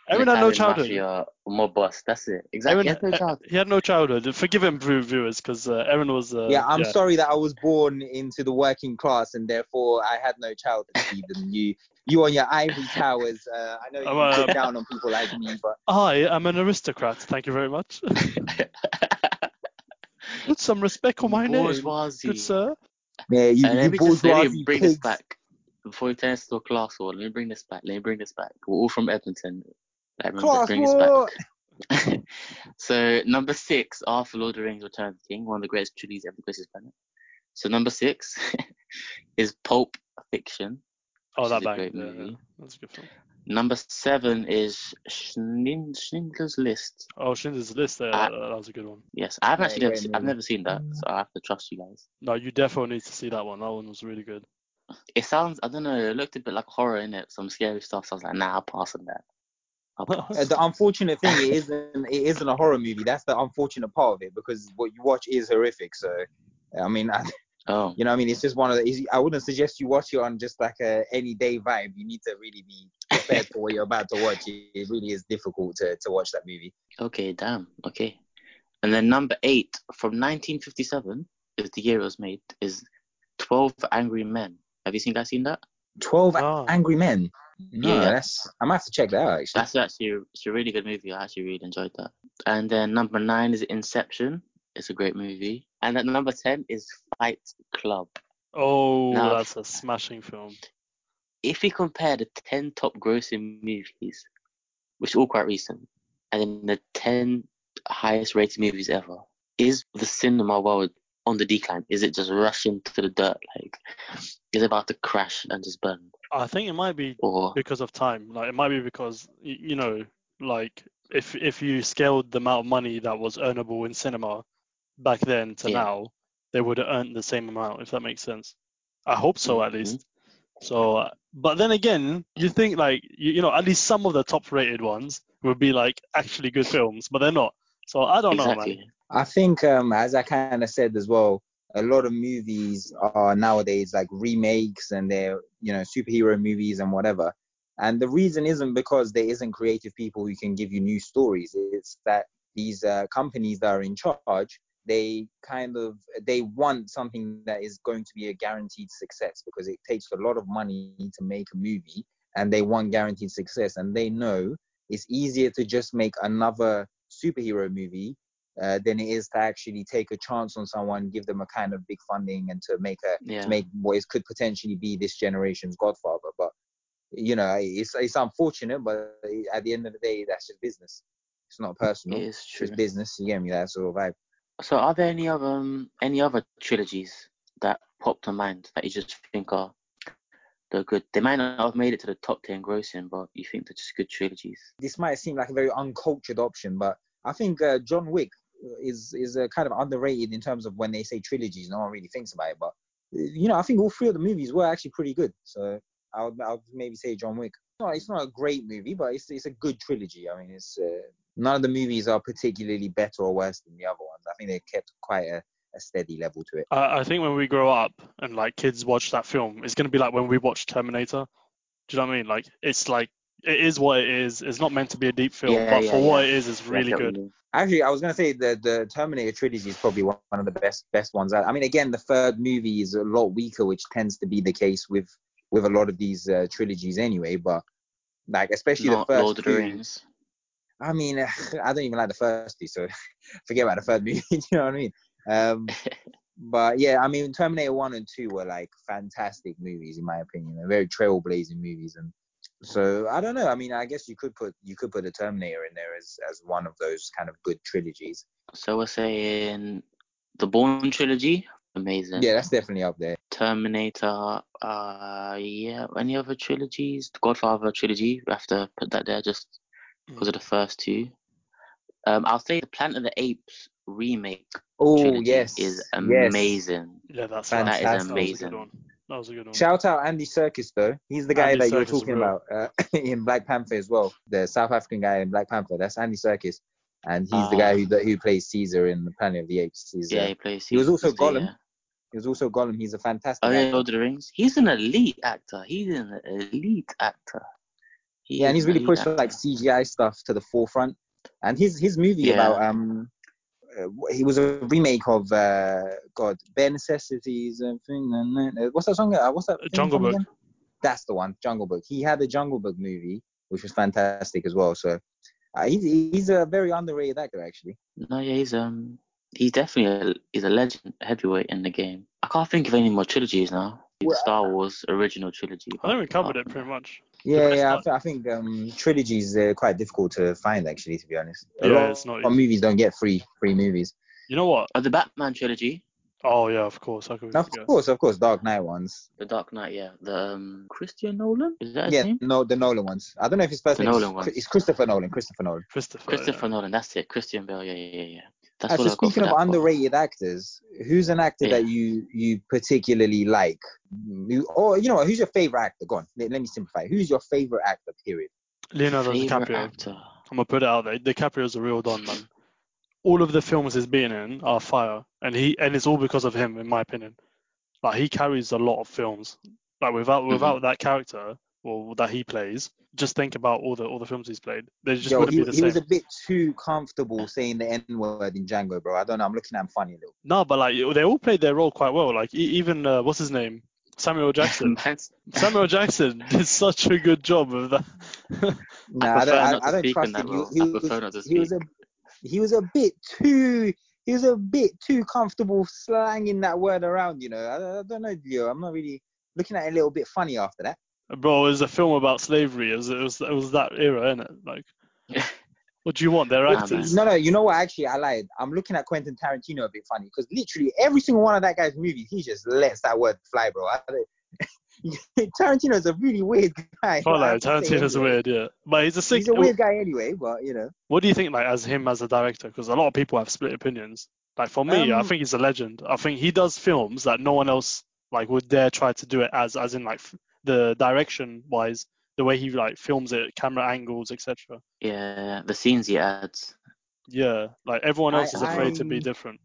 S4: an
S1: Aaron had no
S4: Italian
S1: childhood.
S4: mafia mob boss. That's it. Exactly.
S1: Aaron-
S4: He has no child.
S1: He had no childhood. Forgive him, view- viewers, because uh, Aaron was. Uh,
S2: yeah i'm sorry that i was born into the working class and therefore i had no childhood Stephen. you you on your ivory towers uh, i know you
S1: I'm, uh,
S2: look down on people like me but
S1: I am an aristocrat. Thank you very much. Put some respect on my name,
S4: Bourgeoisie.
S1: good sir.
S2: yeah you,
S4: And
S2: you
S4: let me just let
S2: bourgeoisie
S4: me bring
S2: pigs
S4: this back before we turn this to a class war. Let me bring this back. Let me bring this back. We're all from Edmonton. I remember
S2: class
S4: bring this back.
S2: war
S4: so number six, after Lord of the Rings: Return of the King, one of the greatest trilogies ever graced this planet. So number six is Pulp Fiction.
S1: Oh,
S4: which
S1: that
S4: is a
S1: bang.
S4: great
S1: Yeah, yeah.
S4: movie.
S1: That's a good film.
S4: Number seven is Schlind- Schindler's List.
S1: Oh, Schindler's List. There,
S4: Ah.
S1: that, that was a good one.
S4: Yes, I haven't
S2: Yeah,
S4: actually never
S2: great
S4: seen, I've
S2: movie. Mm.
S4: never seen that, so I have to trust you guys.
S1: No, you definitely need to see that one. That one was really good.
S4: It sounds I don't know. It looked a bit like horror in it, some scary stuff. So I was like, nah, I'll pass on that. I'll pass.
S2: Uh, the unfortunate thing it isn't it isn't a horror movie. That's the unfortunate part of it because what you watch is horrific. So, I mean, I,
S4: Oh,
S2: you know, what I mean, it's just one of the. it's- I wouldn't suggest you watch it on just like a any day vibe. You need to really be prepared for what you're about to watch. It, it really is difficult to, to watch that movie.
S4: okay, damn, okay. And then number eight from 1957 is the year it was made is Twelve Angry Men. Have you seen guys seen that?
S2: Twelve
S1: Ah.
S2: Angry Men. No,
S4: Oh. Yeah.
S2: that's I might have to check that out actually.
S4: That's actually it's a really good movie. I actually really enjoyed that. And then number nine is Inception. It's a great movie. And at number ten is Fight Club.
S1: Oh,
S4: Now-
S1: that's a smashing film.
S4: If we compare the ten top grossing movies, which are all quite recent, and then the ten highest rated movies ever, is the cinema world on the decline? Is it just rushing to the dirt like is it about to crash and just burn?
S1: I think it might be
S4: Or
S1: because of time. Like it might be because y- you know, like if if you scaled the amount of money that was earnable in cinema back then to
S4: Yeah.
S1: now, they would have earned the same amount. If that makes sense, I hope so at
S4: Mhm.
S1: least. So, uh, but then again, you think like you, you know at least some of the top rated ones would be like actually good films, but they're not. So I don't know, man.
S4: exactly.
S2: I think, um, as I kind of said as well, a lot of movies are nowadays like remakes and they're, you know, superhero movies and whatever. And the reason isn't because there isn't creative people who can give you new stories. It's that these uh, companies that are in charge, they kind of they want something that is going to be a guaranteed success because it takes a lot of money to make a movie and they want guaranteed success and they know it's easier to just make another superhero movie uh, than it is to actually take a chance on someone, give them a kind of big funding, and to make a
S4: Yeah.
S2: to make what is, could potentially be this generation's Godfather. But you know, it's it's unfortunate, but at the end of the day, that's just business. It's not personal.
S4: It is true.
S2: It's business. You get me? That sort of vibe.
S4: So, are there any other um, any other trilogies that pop to mind that you just think are they're good? They might not have made it to the top ten grossing, but you think they're just good trilogies.
S2: This might seem like a very uncultured option, but I think uh, John Wick is is uh, kind of underrated in terms of when they say trilogies. No one really thinks about it, but uh, you know, I think all three of the movies were actually pretty good. So I would, I would maybe say John Wick. No, it's not a great movie, but it's it's a good trilogy. I mean, it's uh, none of the movies are particularly better or worse than the other ones. I think they kept quite a, a steady level to it.
S1: I, I think when we grow up and like kids watch that film, it's gonna be like when we watch Terminator. Do you know what I mean? Like it's like it is what it is. It's not meant to be a deep film,
S4: Yeah,
S1: but
S4: yeah,
S1: for what
S4: yeah.
S1: it is, it's
S4: Yeah,
S1: really
S4: I get what you
S1: good.
S4: mean.
S2: Actually, I was gonna say the the Terminator trilogy is probably one one of the best best ones. I I mean, again, the third movie is a lot weaker, which tends to be the case with with a lot of these uh, trilogies anyway. But like, especially
S4: Not
S2: the first
S4: Lord of the
S2: two-
S4: Rings.
S2: I mean, I don't even like the first two, so forget about the third movie. do you know what I mean? Um, but yeah, I mean, Terminator One and Two were like fantastic movies, in my opinion. They're very trailblazing movies, and so I don't know. I mean, I guess you could put you could put the Terminator in there as as one of those kind of good trilogies.
S4: So we're saying the Bourne trilogy, amazing.
S2: Yeah, that's definitely up there.
S4: Terminator. Uh, yeah. Any other trilogies? The Godfather trilogy. We have to put that there just because
S2: Mm.
S4: of the first two. Um, I'll say the Planet of the Apes remake
S2: Oh
S4: trilogy
S2: yes,
S4: is
S2: Yes.
S4: amazing.
S1: Yeah, that's
S2: That is
S1: that was a good
S4: amazing.
S1: one. That was a good one.
S2: Shout out Andy Circus though. He's the guy
S1: Andy
S2: that
S1: Serkis is
S2: you're talking
S1: real.
S2: about uh, in Black Panther as well. The South African guy in Black Panther. That's Andy Circus, and he's the guy who who plays Caesar in the Planet of the Apes. He's,
S4: Yeah,
S2: uh,
S4: he plays.
S2: he was also
S4: he's the,
S2: Gollum.
S4: uh,
S2: he was also Gollum. He's a fantastic.
S4: Oh yeah,
S2: actor.
S4: Lord of the Rings. He's an elite actor. He's an elite actor. He
S2: Yeah,
S4: is
S2: and he's
S4: an
S2: really
S4: elite
S2: pushed like
S4: actor.
S2: CGI stuff to the forefront. And his his movie
S4: Yeah.
S2: about um, uh, he was a remake of uh, God, Bare Necessities and thing. And then- uh, what's that song? Uh, What's that?
S1: Uh,
S2: thing
S1: Jungle
S2: from
S1: Book.
S2: again? That's the one, Jungle Book. He had a Jungle Book movie, which was fantastic as well. So uh, he's he's a very underrated actor actually.
S4: No, yeah, he's um, he's definitely a, he's a legend, heavyweight in the game. I can't think of any more trilogies now.
S2: Well,
S4: the Star Wars original trilogy.
S1: I think we covered it pretty much.
S2: Yeah,
S1: best
S2: yeah. I,
S1: one.
S2: th- I think um, trilogies are quite difficult to find actually, to be honest. A
S1: Yeah,
S2: lot
S1: it's not
S2: of
S1: easy.
S2: movies don't get free free movies.
S1: You know what?
S4: Oh, the Batman trilogy,
S1: Oh yeah, of course. I could
S2: Of
S1: forget.
S2: course, of course, Dark Knight ones.
S4: the Dark Knight. Yeah, the um, Christian Nolan is that his
S2: Yeah,
S4: name?
S1: Oh,
S2: no, the Nolan ones. I don't know if his first
S4: The
S2: name
S4: Nolan
S2: is
S4: ones.
S2: it's Christopher Nolan. Christopher Nolan.
S1: Christopher.
S4: Christopher Nolan. That's it. Christian Bale. Yeah, yeah, yeah, yeah. That's
S2: Actually,
S4: what I got for
S2: speaking of
S4: that part.
S2: underrated actors, who's an actor
S4: Yeah.
S2: that you you particularly like? You, or you know, what, who's your favorite actor? Go on, let, let me simplify. Who's your favorite actor? Period.
S1: Yeah. Leonardo
S4: Favorite
S1: DiCaprio.
S4: actor.
S1: I'm gonna put it out there. DiCaprio's a real don, man. All of the films he's been in are fire, and he and it's all because of him, in my opinion. Like he carries a lot of films. Like without
S2: Mm-hmm.
S1: without that character or that he plays, just think about all the all the films he's played. They just
S2: Yo,
S1: wouldn't
S2: he,
S1: be the
S2: he
S1: same.
S2: was a bit too comfortable saying the N word in Django, bro. I don't know. I'm looking at him funny a little.
S1: No, but like they all played their role quite well. Like e- even uh, what's his name, Samuel Jackson.
S4: Man's-
S1: Samuel Jackson did such a good job of that.
S2: Nah, I
S4: prefer
S2: don't.
S4: not to
S2: I, I don't
S4: speak on
S2: trust
S4: that
S2: him.
S4: role.
S2: He, he
S4: I
S2: was,
S4: prefer not to
S2: he was a he was a bit too he was a bit too comfortable slanging that word around. You know, I, I don't know, Leo. I'm not really looking at it a little bit funny after that.
S1: Bro, it was a film about slavery. It was it was, it was that era, isn't it? Like, what do you want? They're
S4: Nah,
S1: actors.
S2: No, no, you know what? Actually, I lied. I'm looking at Quentin Tarantino a bit funny because literally every single one of that guy's movies, he just lets that word fly, bro. I, Tarantino's a really weird guy.
S1: Can't
S2: I
S1: lie,
S2: have to say
S1: Tarantino's
S2: anyway.
S1: weird, yeah. But he's a sick.
S2: He's a weird guy anyway, but you know.
S1: What do you think, like, as him as a director? Because a lot of people have split opinions. Like for me, I
S2: Um,
S1: think he's a legend. I think he does films that no one else like would dare try to do it as, as in like f- the direction wise, the way he like films it, camera angles, etc.
S4: Yeah, the scenes he adds.
S1: Yeah, like everyone
S2: I-
S1: else is afraid to be
S2: I'm-
S1: different.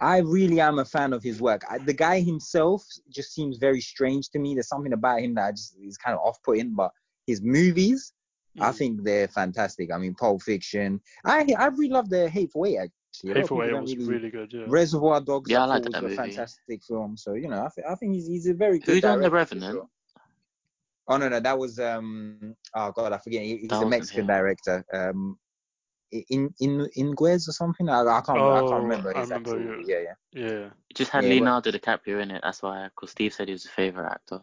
S2: I really am a fan of his work. I, the guy himself just seems very strange to me. There's something about him that I just is kind of off-putting, but his movies, I
S1: Mm.
S2: think they're fantastic. I mean, Pulp Fiction. I I really love the Hateful Eight actually. A lot of
S1: Hateful
S2: people
S1: Eight
S2: don't
S1: was really good. Yeah.
S2: Reservoir Dogs.
S4: Yeah, I
S2: thought
S4: liked that
S2: was a
S4: movie.
S2: fantastic film. So you know, I, th- I think he's he's a very good.
S4: Who done The
S2: director as
S4: Revenant?
S2: well. Oh no, no, that was um. Oh god, I forget. He, he's
S4: That
S2: a
S4: wasn't
S2: Mexican
S4: him.
S2: director. Um, in in Inguez or something. I, I can't. I
S1: Oh,
S2: can't remember
S1: I
S2: his
S1: remember,
S2: actual.
S1: yeah.
S2: Yeah, yeah.
S1: Yeah,
S4: It just had
S2: Yeah, it wa-
S4: Leonardo DiCaprio in it. That's why, because Steve said he was a favorite actor.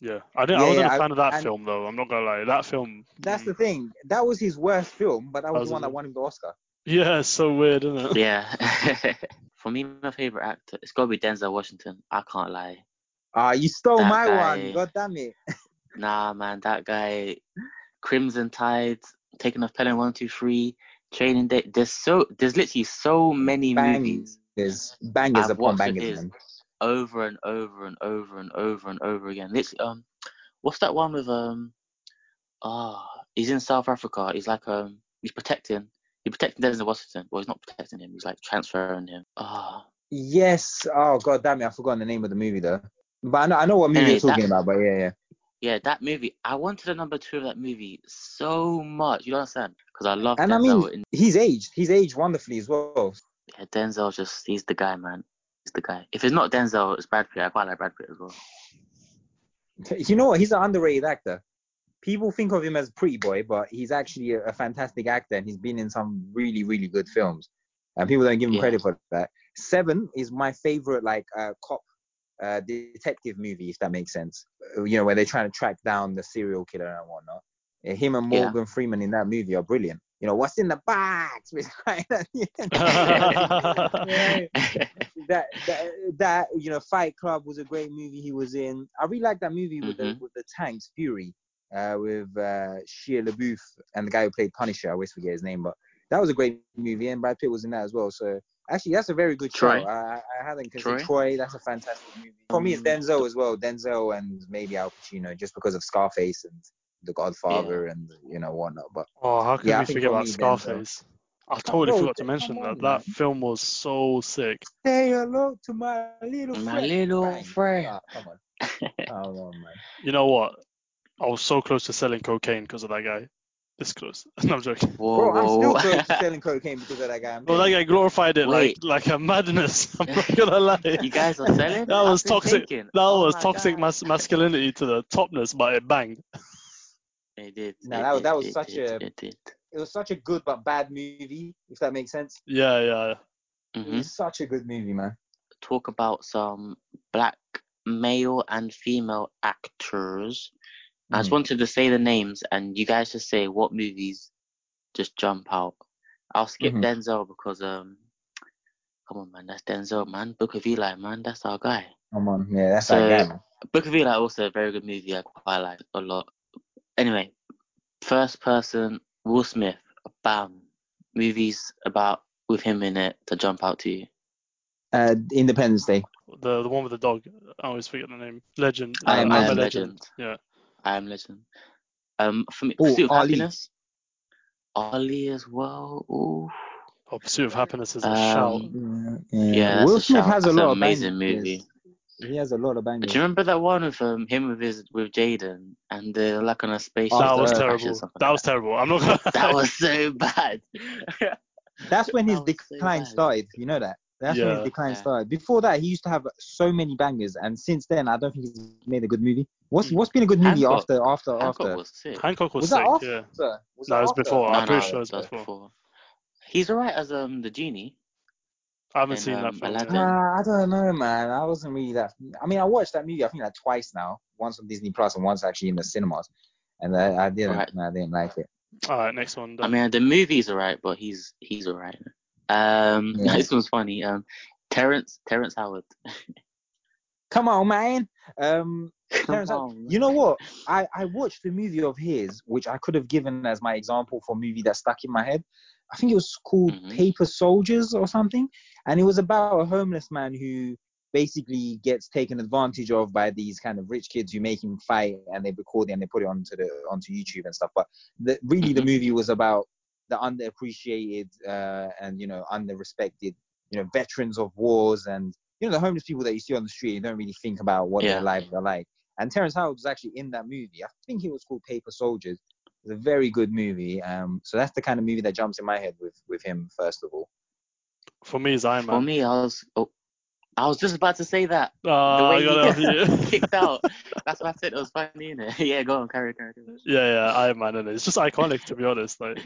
S1: yeah. I didn't. I
S2: Yeah,
S1: wasn't
S2: yeah,
S1: a
S2: I-
S1: fan of that
S2: and-
S1: film though. I'm not gonna lie. That film.
S2: That's
S1: mm,
S2: the thing. That was his worst film, but that was,
S1: was
S2: the one
S1: his-
S2: that won him the Oscar.
S1: Yeah, it's so weird, isn't it?
S4: Yeah. For me, my favorite actor, it's got to be Denzel Washington. I can't lie.
S2: Ah, you stole
S4: That
S2: my
S4: guy-
S2: one. God damn it.
S4: Nah, man, that guy, Crimson Tide, Taking Off Pelham 123, Training Day. There's so, there's literally so many movies
S2: Bangers, bangers
S4: I've
S2: upon
S4: watched it
S2: bangers.
S4: is-
S2: man.
S4: over and over and over and over and over again. Literally, um, what's that one with um? Ah, he's in South Africa. He's like um, he's protecting. He's protecting Denzel Washington. Well, he's not protecting him. He's like transferring him. Ah,
S2: Yes. Oh god damn it, I forgot the name of the movie though. But I know I know what movie
S4: Anyway,
S2: you're talking
S4: that-
S2: about, but yeah, yeah.
S4: yeah, that movie. I wanted a number two of that movie so much. You don't understand? Because I love
S2: And I
S4: Denzel.
S2: mean he's aged. He's aged wonderfully as well.
S4: Yeah, Denzel just he's the guy, man. He's the guy. If it's not Denzel, it's Brad Pitt. I quite like Brad Pitt as well.
S2: You know what? He's an underrated actor. People think of him as pretty boy, but he's actually a, a fantastic actor and he's been in some really, really good films. And people don't give him
S4: Yeah.
S2: credit for that. Seven is my favorite like uh, cop uh, detective movie, if that makes sense. Uh, You know, where they're trying to track down the serial killer and whatnot. Uh, Him and
S4: Yeah.
S2: Morgan Freeman in that movie are brilliant. You know, what's in the box? It's like that, you know? Yeah that that that you know Fight Club was a great movie he was in. I really like that movie with the
S4: Mhm.
S2: with the tanks Fury, uh, with uh, Shia LaBeouf and the guy who played Punisher. I always forget his name, but that was a great movie, and Brad Pitt was in that as well. So actually, that's a very good
S4: Troy.
S2: show. I, I- I hadn't considered
S4: Troy.
S2: Troy. That's a fantastic movie for me. It's
S4: Mm.
S2: Denzel as well, Denzel and maybe Al Pacino, just because of Scarface and The Godfather and you know whatnot. But
S1: Oh, how could
S2: Yeah, I
S1: we
S2: think
S1: forget
S2: for
S1: about
S2: me, Denzel.
S1: Scarface? I totally
S2: bro,
S1: forgot to
S2: Oh, come
S1: mention
S2: on,
S1: that.
S2: man.
S1: That film was so sick.
S2: say hello to my little
S4: My
S2: friend.
S4: little
S2: Bang.
S4: friend.
S2: Ah, come on. Come on, man.
S1: You know what? I was so close to selling cocaine because of that guy. This close. No, I'm joking.
S4: Whoa,
S2: Bro, I'm
S4: whoa,
S2: still
S4: whoa.
S2: close to selling cocaine because of that guy. I'm
S1: Well, that
S2: telling
S1: guy glorified it like
S4: Wait.
S1: like a madness. I'm not gonna lie. That
S4: you guys are selling.
S1: That was toxic.
S4: That
S2: Oh
S1: was toxic mas- masculinity to the topness, but it banged.
S4: It did.
S2: No,
S4: it
S2: that was-
S4: did,
S2: that was
S4: it
S2: such
S4: did,
S2: a-
S4: It did.
S2: you. It was such a good but bad movie, if that makes sense.
S1: Yeah, yeah.
S2: It
S4: hmm
S2: was such a good movie, man.
S4: Talk about some black male and female actors. I just
S2: Mhm.
S4: wanted to say the names, and you guys just say what movies just jump out. I'll skip
S2: Mhm.
S4: Denzel because um, come on man, that's Denzel man. Book of Eli man, that's our guy.
S2: Come on, yeah, that's
S4: So-
S2: that guy, man.
S4: Book of Eli also a very good movie. I quite like a lot. Anyway, first person Will Smith. Bam. Movies about with him in it to jump out to you.
S2: Uh, Independence Day.
S1: The the one with the dog. I always forget the name. Legend.
S2: I Am
S1: Uh,
S2: I
S1: I'm
S2: Am
S1: a legend. Yeah.
S4: Um, I am Legend. Um, for me,
S2: Ooh,
S4: Pursuit of
S2: Ali.
S4: Happiness. Ali as well. Ooh.
S1: Oh, Pursuit of Happiness is a shout.
S4: Um,
S2: Yeah,
S4: yeah, that's
S2: Will
S4: a
S2: Smith
S4: shout.
S2: has
S4: That's
S2: a
S4: an
S2: lot
S4: amazing
S2: of bangers.
S4: movie.
S2: He has a lot of
S4: Do
S2: bangers.
S4: you remember that one with um, him with his with Jaden and they're like on a spaceship?
S1: that
S2: After
S1: was
S2: Earth.
S4: crash or
S1: terrible.
S4: something
S1: That
S4: like
S1: was terrible. I'm not gonna.
S4: that was so bad.
S2: That's when his
S4: That was so
S2: decline
S4: bad.
S2: started. You know that. That's when
S1: Yeah.
S2: his decline
S4: Yeah.
S2: started. Before that, he used to have so many bangers, and since then, I don't think he's made a good movie. What's
S1: Hmm.
S2: what's been a good movie
S4: Hancock.
S2: after after
S4: Hancock
S2: after?
S4: was sick.
S1: Hancock was,
S2: Was
S1: sick.
S2: that after?
S1: Yeah.
S2: Was
S1: No,
S2: that
S1: it was
S2: after?
S1: before.
S4: No,
S1: I'm pretty
S4: no,
S1: sure it's
S4: that was
S1: before.
S4: He's alright as um the genie.
S1: I haven't
S4: in,
S1: seen that
S4: um,
S1: film.
S4: Aladdin.
S1: yet.
S2: Uh, I don't know, man. I wasn't really that. I mean, I watched that movie. I think like twice now. Once on Disney Plus and once actually in the cinemas. And I, I didn't.
S4: Right.
S2: I didn't like it.
S1: All right, next one.
S4: I
S1: Done.
S4: mean, the movie's alright, but he's he's alright. Um,
S2: Yeah.
S4: this one's funny. Um, Terrence Terrence Howard.
S2: Come on, man. Um,
S4: Come
S2: Terrence Howard-
S4: on.
S2: you know what? I I watched a movie of his, which I could have given as my example for a movie that stuck in my head. I think it was called
S4: Mhm.
S2: Paper Soldiers or something, and it was about a homeless man who basically gets taken advantage of by these kind of rich kids who make him fight, and they record it and they put it onto the onto YouTube and stuff. But the, really, the
S4: Mhm.
S2: movie was about the underappreciated uh, and you know underrespected, you know, veterans of wars and you know the homeless people that you see on the street. You don't really think about what
S4: Yeah.
S2: their lives are like. And Terrence Howard was actually in that movie. I think it was called Paper Soldiers. It's a very good movie. Um, so that's the kind of movie that jumps in my head with with him first of all.
S1: For me, it's Iron
S4: For
S1: Man.
S4: me, I was oh, I was just about to say that
S1: Uh, I
S4: way
S1: got it off you.
S4: kicked out. That's why I said it was funny, innit? yeah, go on, carry, carry. carry.
S1: Yeah, yeah, Iron Man, and it's just iconic to be honest. Like,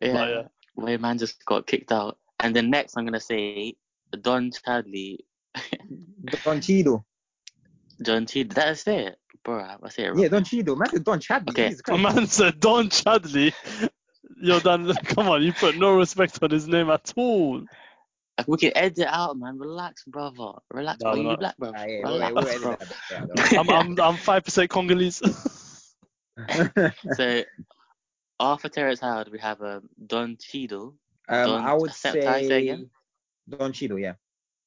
S4: Yeah.
S1: Like, yeah.
S4: Way man just got kicked out. And then next, I'm gonna say Don Chadley,
S2: Don Cheadle.
S4: John T. Did I say it, bro? I say it wrong.
S2: Yeah, Don Cheadle. Man, said Don Chadley.
S4: Okay.
S2: Jesus
S1: a
S2: Christ.
S1: man said Don Chadley. You're done. Come on, you put no respect on his name at all.
S4: Like, We can edit it out, man. Relax, brother. Relax,
S1: No,
S4: bro.
S1: we're
S4: You
S1: not.
S4: black, bro.
S2: Ah, yeah, we'll-
S4: Relax,
S2: we'll edit
S4: bro.
S2: that bit out, don't
S1: I'm I'm I'm five percent Congolese.
S2: worry.
S4: so, after Terrence Howard, we have um, Don Cheadle.
S2: um,
S4: Don-
S2: I would
S4: say- say it
S2: say
S4: again?
S2: Don Cheadle. Yeah.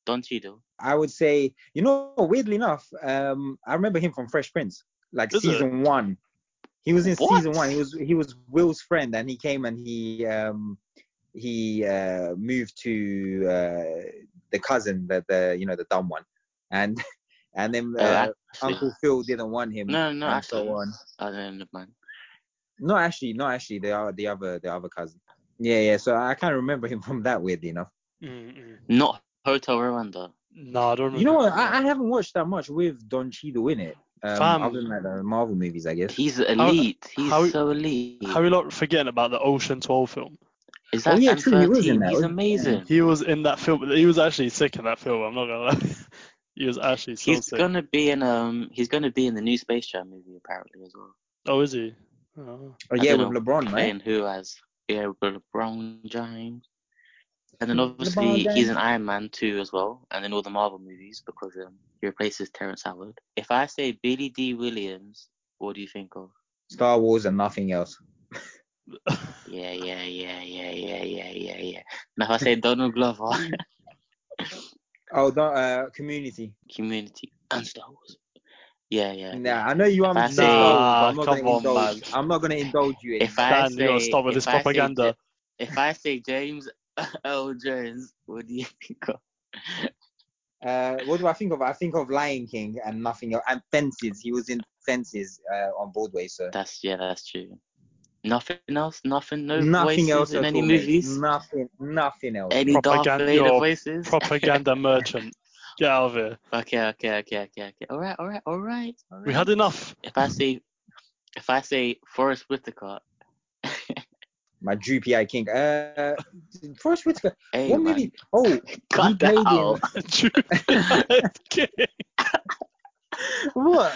S4: Don Cheadle.
S2: I would say, you know, weirdly enough, um, I remember him from Fresh Prince. like
S1: Is it?
S2: season one. He was in
S4: What?
S2: season one. He was he was Will's friend, and he came and he um he uh moved to uh the cousin that the you know the dumb one, and and then uh,
S4: Uh, actually-
S2: Uncle Phil didn't want him.
S4: No, no,
S2: and so
S4: actually,
S2: on.
S4: I don't know, man.
S2: No, actually, no, actually, they are the other the other cousin. Yeah, yeah. So I can't remember him from that weirdly enough.
S1: Mm-mm.
S4: Not Hotel Rwanda.
S1: No, I don't remember.
S2: You know what? I, I haven't watched that much with Don Cheadle in it. Um,
S1: Fam.
S2: other than like the Marvel movies, I guess.
S4: He's elite. He's
S1: how-
S4: so elite.
S1: How are you lot forgetting about the Ocean 12 film?
S4: Is
S2: Oh,
S4: that
S2: yeah,
S4: and
S2: true, he was
S4: 13?
S2: in that,
S4: He's
S2: wasn't he? Yeah.
S4: amazing.
S1: He was in that film. He was actually sick in that film. I'm not gonna lie. He was actually so
S4: He's
S1: sick.
S4: gonna be in um. He's gonna be in the new Space Jam movie apparently as well.
S1: Oh, is he? Oh.
S2: Oh
S4: I
S2: yeah, with
S4: don't know,
S2: LeBron, right?
S4: Playing who as yeah, with LeBron James. And then
S2: Mm, LeBron
S4: obviously he's
S2: James.
S4: an Iron Man too as well. And then all the Marvel movies because um, he replaces Terrence Howard. If I say Billy D Williams, what do you think of?
S2: Star Wars and nothing else.
S4: Yeah, yeah, yeah, yeah, yeah, yeah, yeah, yeah. Now if I say Donald Glover,
S2: Oh, the uh, Community.
S4: Community, and Star Wars. Yeah, yeah.
S2: Nah, I know you want me to
S4: If
S2: say
S4: I say- ah,
S2: Star Wars, but I'm
S1: Nah,
S2: not gonna
S1: come on,
S2: indulge. I'm not gonna indulge you.
S4: If
S2: anymore.
S4: I
S1: Dan, you gotta
S4: say-
S1: stop with this
S4: if I say
S1: propaganda.
S4: If I say James L. Jones, what do you think of?
S2: uh, what do I think of? I think of Lion King and nothing else. And Fences. He was in Fences uh, on Broadway, so
S4: That's yeah, that's true. Nothing else, nothing, no
S2: nothing
S4: voices
S2: else
S4: in
S2: at
S4: any
S2: all, mate.
S4: movies. Eh.
S2: Nothing, nothing else.
S4: Any Darth
S1: Propaganda-
S4: Vader
S1: your
S4: voices.
S1: Propaganda merchant. Get out of here.
S4: okay, okay, okay, okay, okay. All right, all right, all right. all
S1: We
S4: right.
S1: had enough.
S4: If I say, if I say Forrest Whitaker,
S2: My droopy eye king. Uh, Forrest Whitaker.
S4: hey
S2: What
S4: man,
S2: movie? Oh,
S4: cut
S2: he
S4: that
S2: played
S4: out.
S2: in
S1: that
S2: what?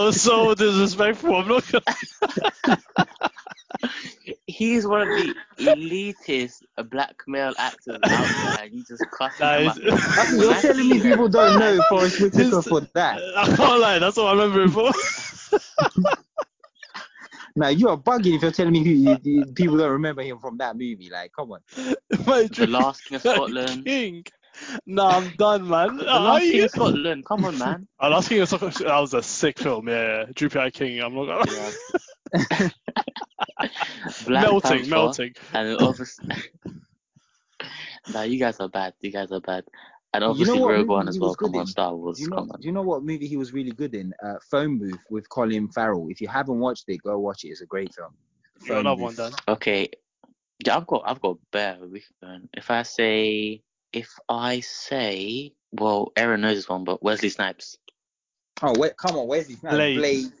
S1: was so disrespectful. I'm not gonna.
S4: He's one of the elitist black male actors out there, and you just cut
S1: Nah,
S4: him out.
S1: it's-
S2: I think you're
S4: I
S2: telling me
S4: see
S2: people don't know Forrest Whitaker
S1: Just-
S2: for that.
S1: I can't lie. That's what I remember it for.
S2: Now you are bugging if you're telling me who you, you- people don't remember him from that movie. Like, come on.
S1: My
S4: The
S1: dream
S4: Last King of Scotland.
S1: King. Nah, I'm done, man.
S4: The Last
S1: Are you-
S4: King of Scotland. Come on, man.
S1: Oh, Last King of Scotland. That was a sick film. Yeah, yeah. Droopy Eye King. I'm not gonna.
S4: Yeah.
S1: melting,
S4: Panther,
S1: melting.
S4: And obviously, now you guys are bad. You guys are bad. And
S2: You know
S4: obviously,
S2: what
S4: Rogue
S2: movie
S4: One as
S2: he
S4: well.
S2: was good
S4: Come on,
S2: in?
S4: Star Wars.
S2: Do you know?
S4: Come on.
S2: Do you know what movie he was really good in? Uh, Phone Booth with Colin Farrell. If you haven't watched it, go watch it. It's a great film.
S1: You got another one, Dan.
S4: Okay. Yeah, I've got, I've got bear. We can go on. If I say, if I say, well, Aaron knows this one, but Wesley Snipes.
S2: Oh wait, come on, Wesley Snipes.
S1: Blade.
S2: Blade.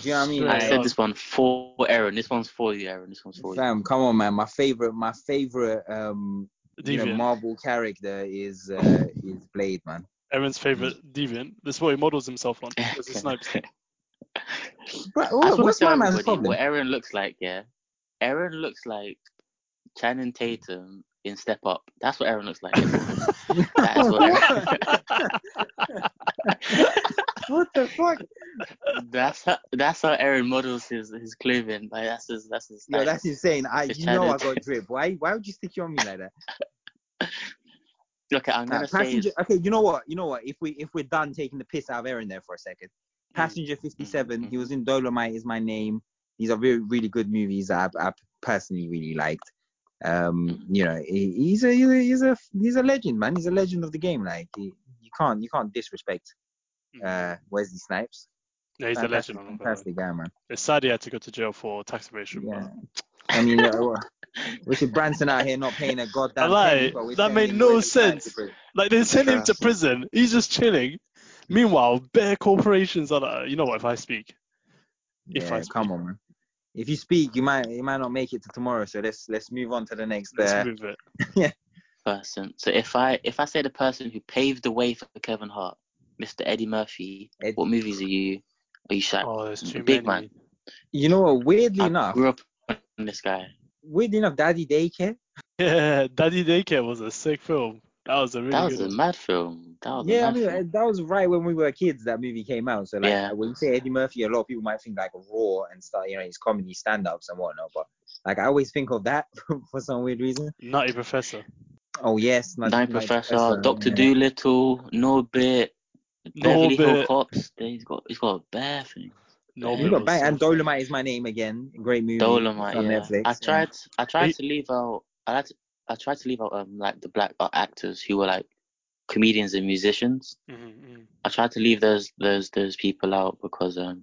S2: Do you know what I mean?
S1: Yeah,
S4: I
S2: Like,
S4: said this one for Aaron. This one's for you, Aaron. This one's for you.
S2: fam, come on, man. My favorite, my favorite, um, you know,
S1: Deviant.
S2: Marvel character is uh, is Blade, man.
S1: Aaron's
S4: Mm.
S1: favorite deviant. This is what he models himself on. Wesley Snipes.
S2: But
S4: I just
S2: what,
S4: wanna
S2: oh, what's
S4: tell
S2: my man's
S4: everybody
S2: problem?
S4: What Aaron looks like, yeah. Aaron looks like Channing Tatum in Step Up. That's what Aaron looks like. everyone. that is what
S2: Uh,
S4: Aaron.
S2: What the fuck?
S4: that's how, that's how Aaron models his, his clothing. Like that's his that's his.
S2: Yo,
S4: style.
S2: that's insane. I,
S4: It's
S2: you know, I
S4: Channing
S2: got drip. Why, why would you stick it on me like that?
S4: Okay, I'm
S2: Nah,
S4: gonna say
S2: passenger. Okay, you know what? You know what? If we, if we're done taking the piss out of Aaron there for a second, Passenger 57. He was in Dolomite is my name. These are really, really good movies that I, I personally really liked. Um, you know, he, he's a, he's a, he's a, he's a legend, man. He's a legend of the game. Like he, you can't, you can't disrespect uh Wesley Snipes.
S1: yeah, he's a
S2: Fantastic-
S1: legend. I'm not gonna lie.
S2: Fantastic guy, man.
S1: It's sad he had to go to jail for tax evasion. but-
S2: Yeah. I mean, uh, well, Richard Branson out here not paying a goddamn
S1: Alright,
S2: penny, but we're
S1: that
S2: sending
S1: made
S2: him
S1: no
S2: away to
S1: sense.
S2: Cyprus.
S1: Like they send him to
S4: Trust.
S1: prison. He's just chilling. Meanwhile, bear corporations are like, you know what? If I speak,
S2: Yeah,
S1: If I
S2: come on, man. If you speak, you might you might not make it to tomorrow. So let's let's move on to the next.
S1: let's
S2: Uh,
S1: move it.
S4: person. So if I if I say the person who paved the way for Kevin Hart, Mr. Eddie Murphy,
S2: Ed-
S4: what movies are you are you shy?
S1: Oh, there's too
S4: Big
S1: many.
S2: you know what? Weirdly
S4: I
S2: enough,
S4: grew up on this guy.
S2: weirdly enough, Daddy Daycare.
S1: Yeah, Daddy Daycare was a sick film. That was a really
S4: That was
S1: good.
S4: a mad film. That was
S2: Yeah,
S4: a
S2: I
S4: mad
S2: mean uh,
S4: film.
S2: that was right when we were kids. That movie came out. So like
S4: Yeah.
S2: when you say Eddie Murphy, a lot of people might think like Raw and start you know his comedy stand-ups and whatnot. But like I always think of that for some weird reason.
S1: Nutty Professor.
S2: Oh yes, Nutty-
S4: Nine
S2: Nutty
S4: Professor,
S2: Professor,
S4: uh, Doctor
S2: yeah.
S4: Doolittle, Norbit, Beverly Hill
S1: Norbit,
S4: Cops. then He's got he's got a bear thing.
S1: Norbit
S2: You got
S1: was
S2: bang and
S1: so-
S2: Dolomite is my name again. Great movie.
S4: Dolomite.
S2: on
S4: Yeah.
S2: Netflix.
S4: I tried. I tried
S1: He-
S4: to leave out. I had to, I tried to leave out um like the black uh, actors who were like comedians and musicians.
S1: Mhm, mhm.
S4: I tried to leave those those those people out because um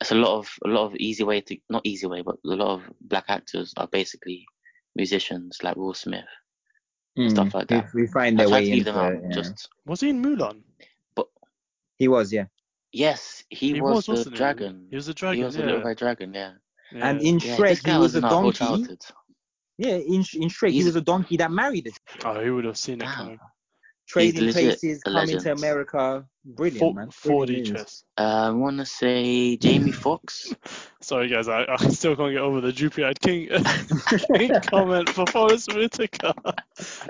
S4: it's a lot of a lot of easy way to not easy way but a lot of black actors are basically musicians like Will Smith.
S2: Yeah. Mm,
S4: stuff like
S2: we-
S4: that.
S2: We, find
S4: I
S2: their
S4: tried
S2: way
S4: to leave them
S2: into
S4: out.
S2: it. Yeah.
S4: Just
S1: Was he in Mulan?
S2: He was, yeah.
S4: yes, he,
S1: He
S4: was,
S1: was, wasn't
S4: the
S1: he?
S4: dragon.
S1: He was a
S4: He
S1: dragon.
S4: was
S1: yeah.
S4: a little red dragon. Yeah.
S2: And
S1: Yeah.
S2: in
S4: yeah
S2: Shrek,
S4: this guy
S2: he was,
S4: in
S2: a
S4: our whole
S2: donkey.
S4: childhood.
S2: Yeah, in, Sh- in Shrek, he
S4: He's-
S2: was a donkey that married a
S1: oh, he would have seen it
S4: Damn.
S1: coming.
S2: trading
S4: legit
S2: places,
S4: a
S2: coming to
S4: legend.
S2: America. Brilliant,
S1: Four-
S2: man.
S1: 4D
S2: Brilliant news.
S1: chess.
S4: Uh, I want to say Jamie Foxx.
S1: Sorry guys, I, I still can't get over the droopy-eyed king, king comment for Forrest Whitaker.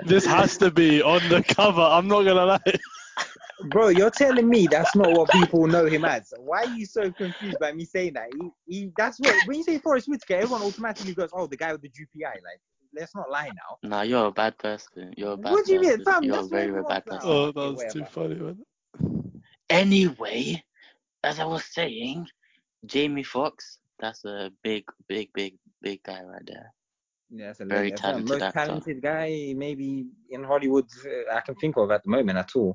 S1: This has to be on the cover. I'm not gonna lie.
S2: Bro, you're telling me that's not what people know him as. Why are you so confused by me saying that? He, he, that's what when you say Forrest Whitaker, everyone automatically goes, "Oh, the guy with the droopy eye." Like, let's not lie now.
S4: Nah, you're a bad person. You're a bad
S2: What do you mean,
S4: person.
S2: fam?
S4: You're
S2: That's
S4: a
S2: what
S4: very, very
S2: everyone's
S4: bad
S2: like.
S4: person.
S1: Oh, that
S2: okay,
S1: was too
S2: whatever.
S1: funny. Man.
S4: Anyway, as I was saying, Jamie Foxx, that's a big, big, big, big guy right there.
S2: Yeah, that's a
S4: Very
S2: legend. That's
S4: talented
S2: the most
S4: actor.
S2: talented guy maybe in Hollywood uh, I can think of at the moment at all.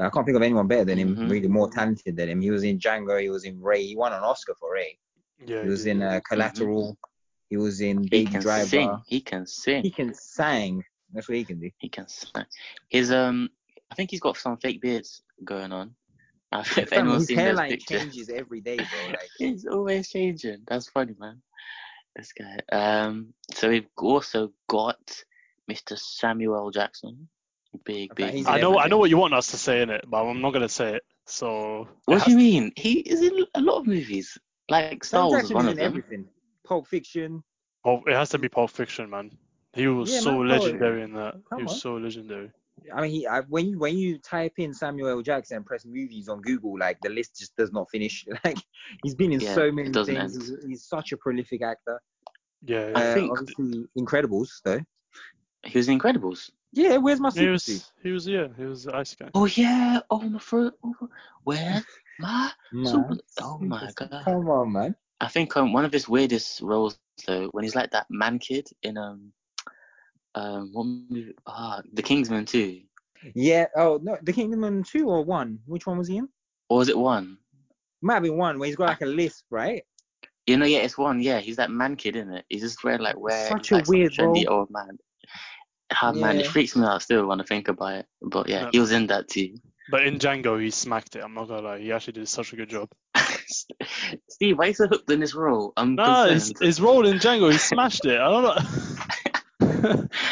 S2: Uh, I can't think of anyone better than him.
S4: Mhm.
S2: Really, more talented than him. He was in Django. He was in Ray. He won an Oscar for Ray.
S1: Yeah.
S2: He was in uh, Collateral. He was in
S4: Mm-hmm. He
S2: Baby
S4: can
S2: Driver.
S4: sing. He can
S2: He
S4: sing.
S2: can sing. That's what he can do.
S4: He can sing. His um, I think he's got some fake beards going on. I think if
S2: Fam,
S4: anyone's
S2: his
S4: seen those
S2: hairline
S4: pictures,
S2: changes every day, bro. Like,
S4: it's always changing. That's funny, man. This guy. Um, so we've also got Mr. Samuel Jackson. Big,
S2: Okay,
S4: big.
S2: he's
S4: man.
S1: I know. I know
S2: everything.
S1: what you want us to say in it, but I'm not gonna say it. So. it
S4: What
S1: has
S4: do you mean? He is in a lot of movies. Like Star
S2: Sam
S4: Wars is
S2: Jackson
S4: one
S2: is
S4: of
S2: in
S4: them.
S2: everything. Pulp Fiction.
S1: Pulp, it has to be Pulp Fiction, man. He was
S2: Yeah,
S1: so
S2: man, bro.
S1: legendary in that.
S2: Come
S1: he was
S2: on.
S1: so legendary.
S2: I mean, he, I, when you when you type in Samuel L. Jackson and press movies on Google, like the list just does not finish. Like, he's been in
S4: Yeah,
S2: so
S4: it
S2: many
S4: doesn't
S2: things.
S4: end.
S2: He's, he's such a prolific actor.
S1: Yeah.
S4: I
S1: yeah.
S2: uh,
S4: think-
S2: obviously Incredibles though.
S4: He was in Incredibles.
S2: Yeah, where's my
S1: he
S2: super suit?
S1: was. He was. Yeah. He was the ice guy.
S4: Oh yeah. Oh my fruit. Where's my super?
S2: Man,
S4: Oh
S2: super
S4: my
S2: suit.
S4: god.
S2: Come on, man.
S4: I think um, one of his weirdest roles though, when he's like that man kid in um um what movie? Ah, The Kingsman too.
S2: Yeah. Oh no, The Kingdom two or one? Which one was he in?
S4: Or was it one?
S2: Might have been one where he's got like a lisp, right?
S4: You know, yeah, it's one. Yeah, he's that man kid, isn't it? He's just wearing like wear
S2: Such
S4: he's,
S2: a
S4: like, some
S2: weird
S4: trendy
S2: role.
S4: old man. Ah man, it
S2: Yeah.
S4: freaks me out. Still want to think about it. But yeah,
S1: No.
S4: he was in that too.
S1: But in Django, he smacked it. I'm not gonna lie. He actually did such a good job.
S4: Steve, why are you so hooked on this role? I'm
S1: Nah, his,
S4: concerned.
S1: his role in Django, he smashed it. I don't know.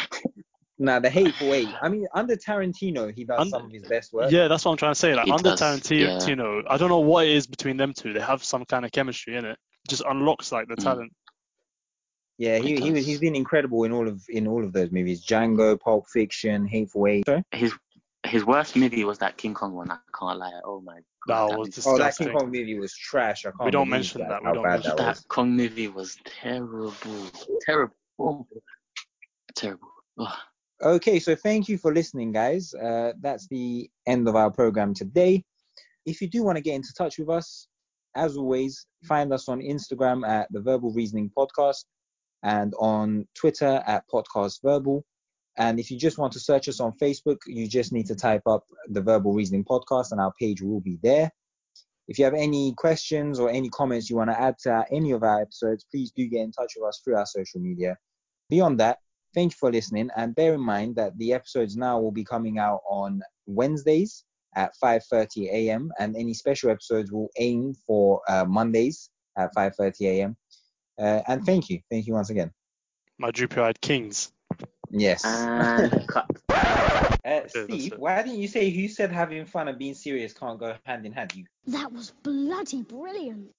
S2: Nah, the hateful eight. I mean, under Tarantino, he does
S1: Under-
S2: some of his best work.
S1: Yeah, that's what I'm trying to say. Like
S4: It
S1: under
S4: does, yeah.
S1: Tarantino, I don't know what it is between them two. They have some kind of chemistry in it. Just unlocks like the
S4: Mm.
S1: talent.
S2: Yeah,
S4: He
S2: he, he was,
S4: does.
S2: he's been incredible in all of in all of those movies. Django, Pulp Fiction, Hateful Eight. Sorry?
S4: his his worst movie was that King Kong one. I can't lie. Oh my
S1: That
S4: god,
S1: was
S4: movie-
S2: Oh, that King
S1: Disgusting.
S2: Kong movie was trash. I can't.
S1: don't
S2: believe
S1: mention that, we
S2: How
S1: don't
S2: bad
S1: mention
S2: that
S4: that
S2: was.
S4: Kong movie was terrible, terrible, terrible. Ugh.
S2: Okay, so thank you for listening, guys. Uh, that's the end of our program today. If you do want to get into touch with us, as always, find us on Instagram at the Verbal Reasoning Podcast and on Twitter at Podcast Verbal. And if you just want to search us on Facebook, you just need to type up the Verbal Reasoning Podcast and our page will be there. If you have any questions or any comments you want to add to any of our episodes, please do get in touch with us through our social media. Beyond that, thank you for listening and bear in mind that the episodes now will be coming out on wednesdays at 5.30 a.m and any special episodes will aim for uh, mondays at 5.30 a.m uh, and thank you thank you once again
S1: My droopy-eyed kings.
S2: yes
S4: And cut.
S2: uh,
S1: that's
S2: steve
S1: it.
S2: why didn't you say who said having fun and being serious can't go hand in hand you
S5: That was bloody brilliant.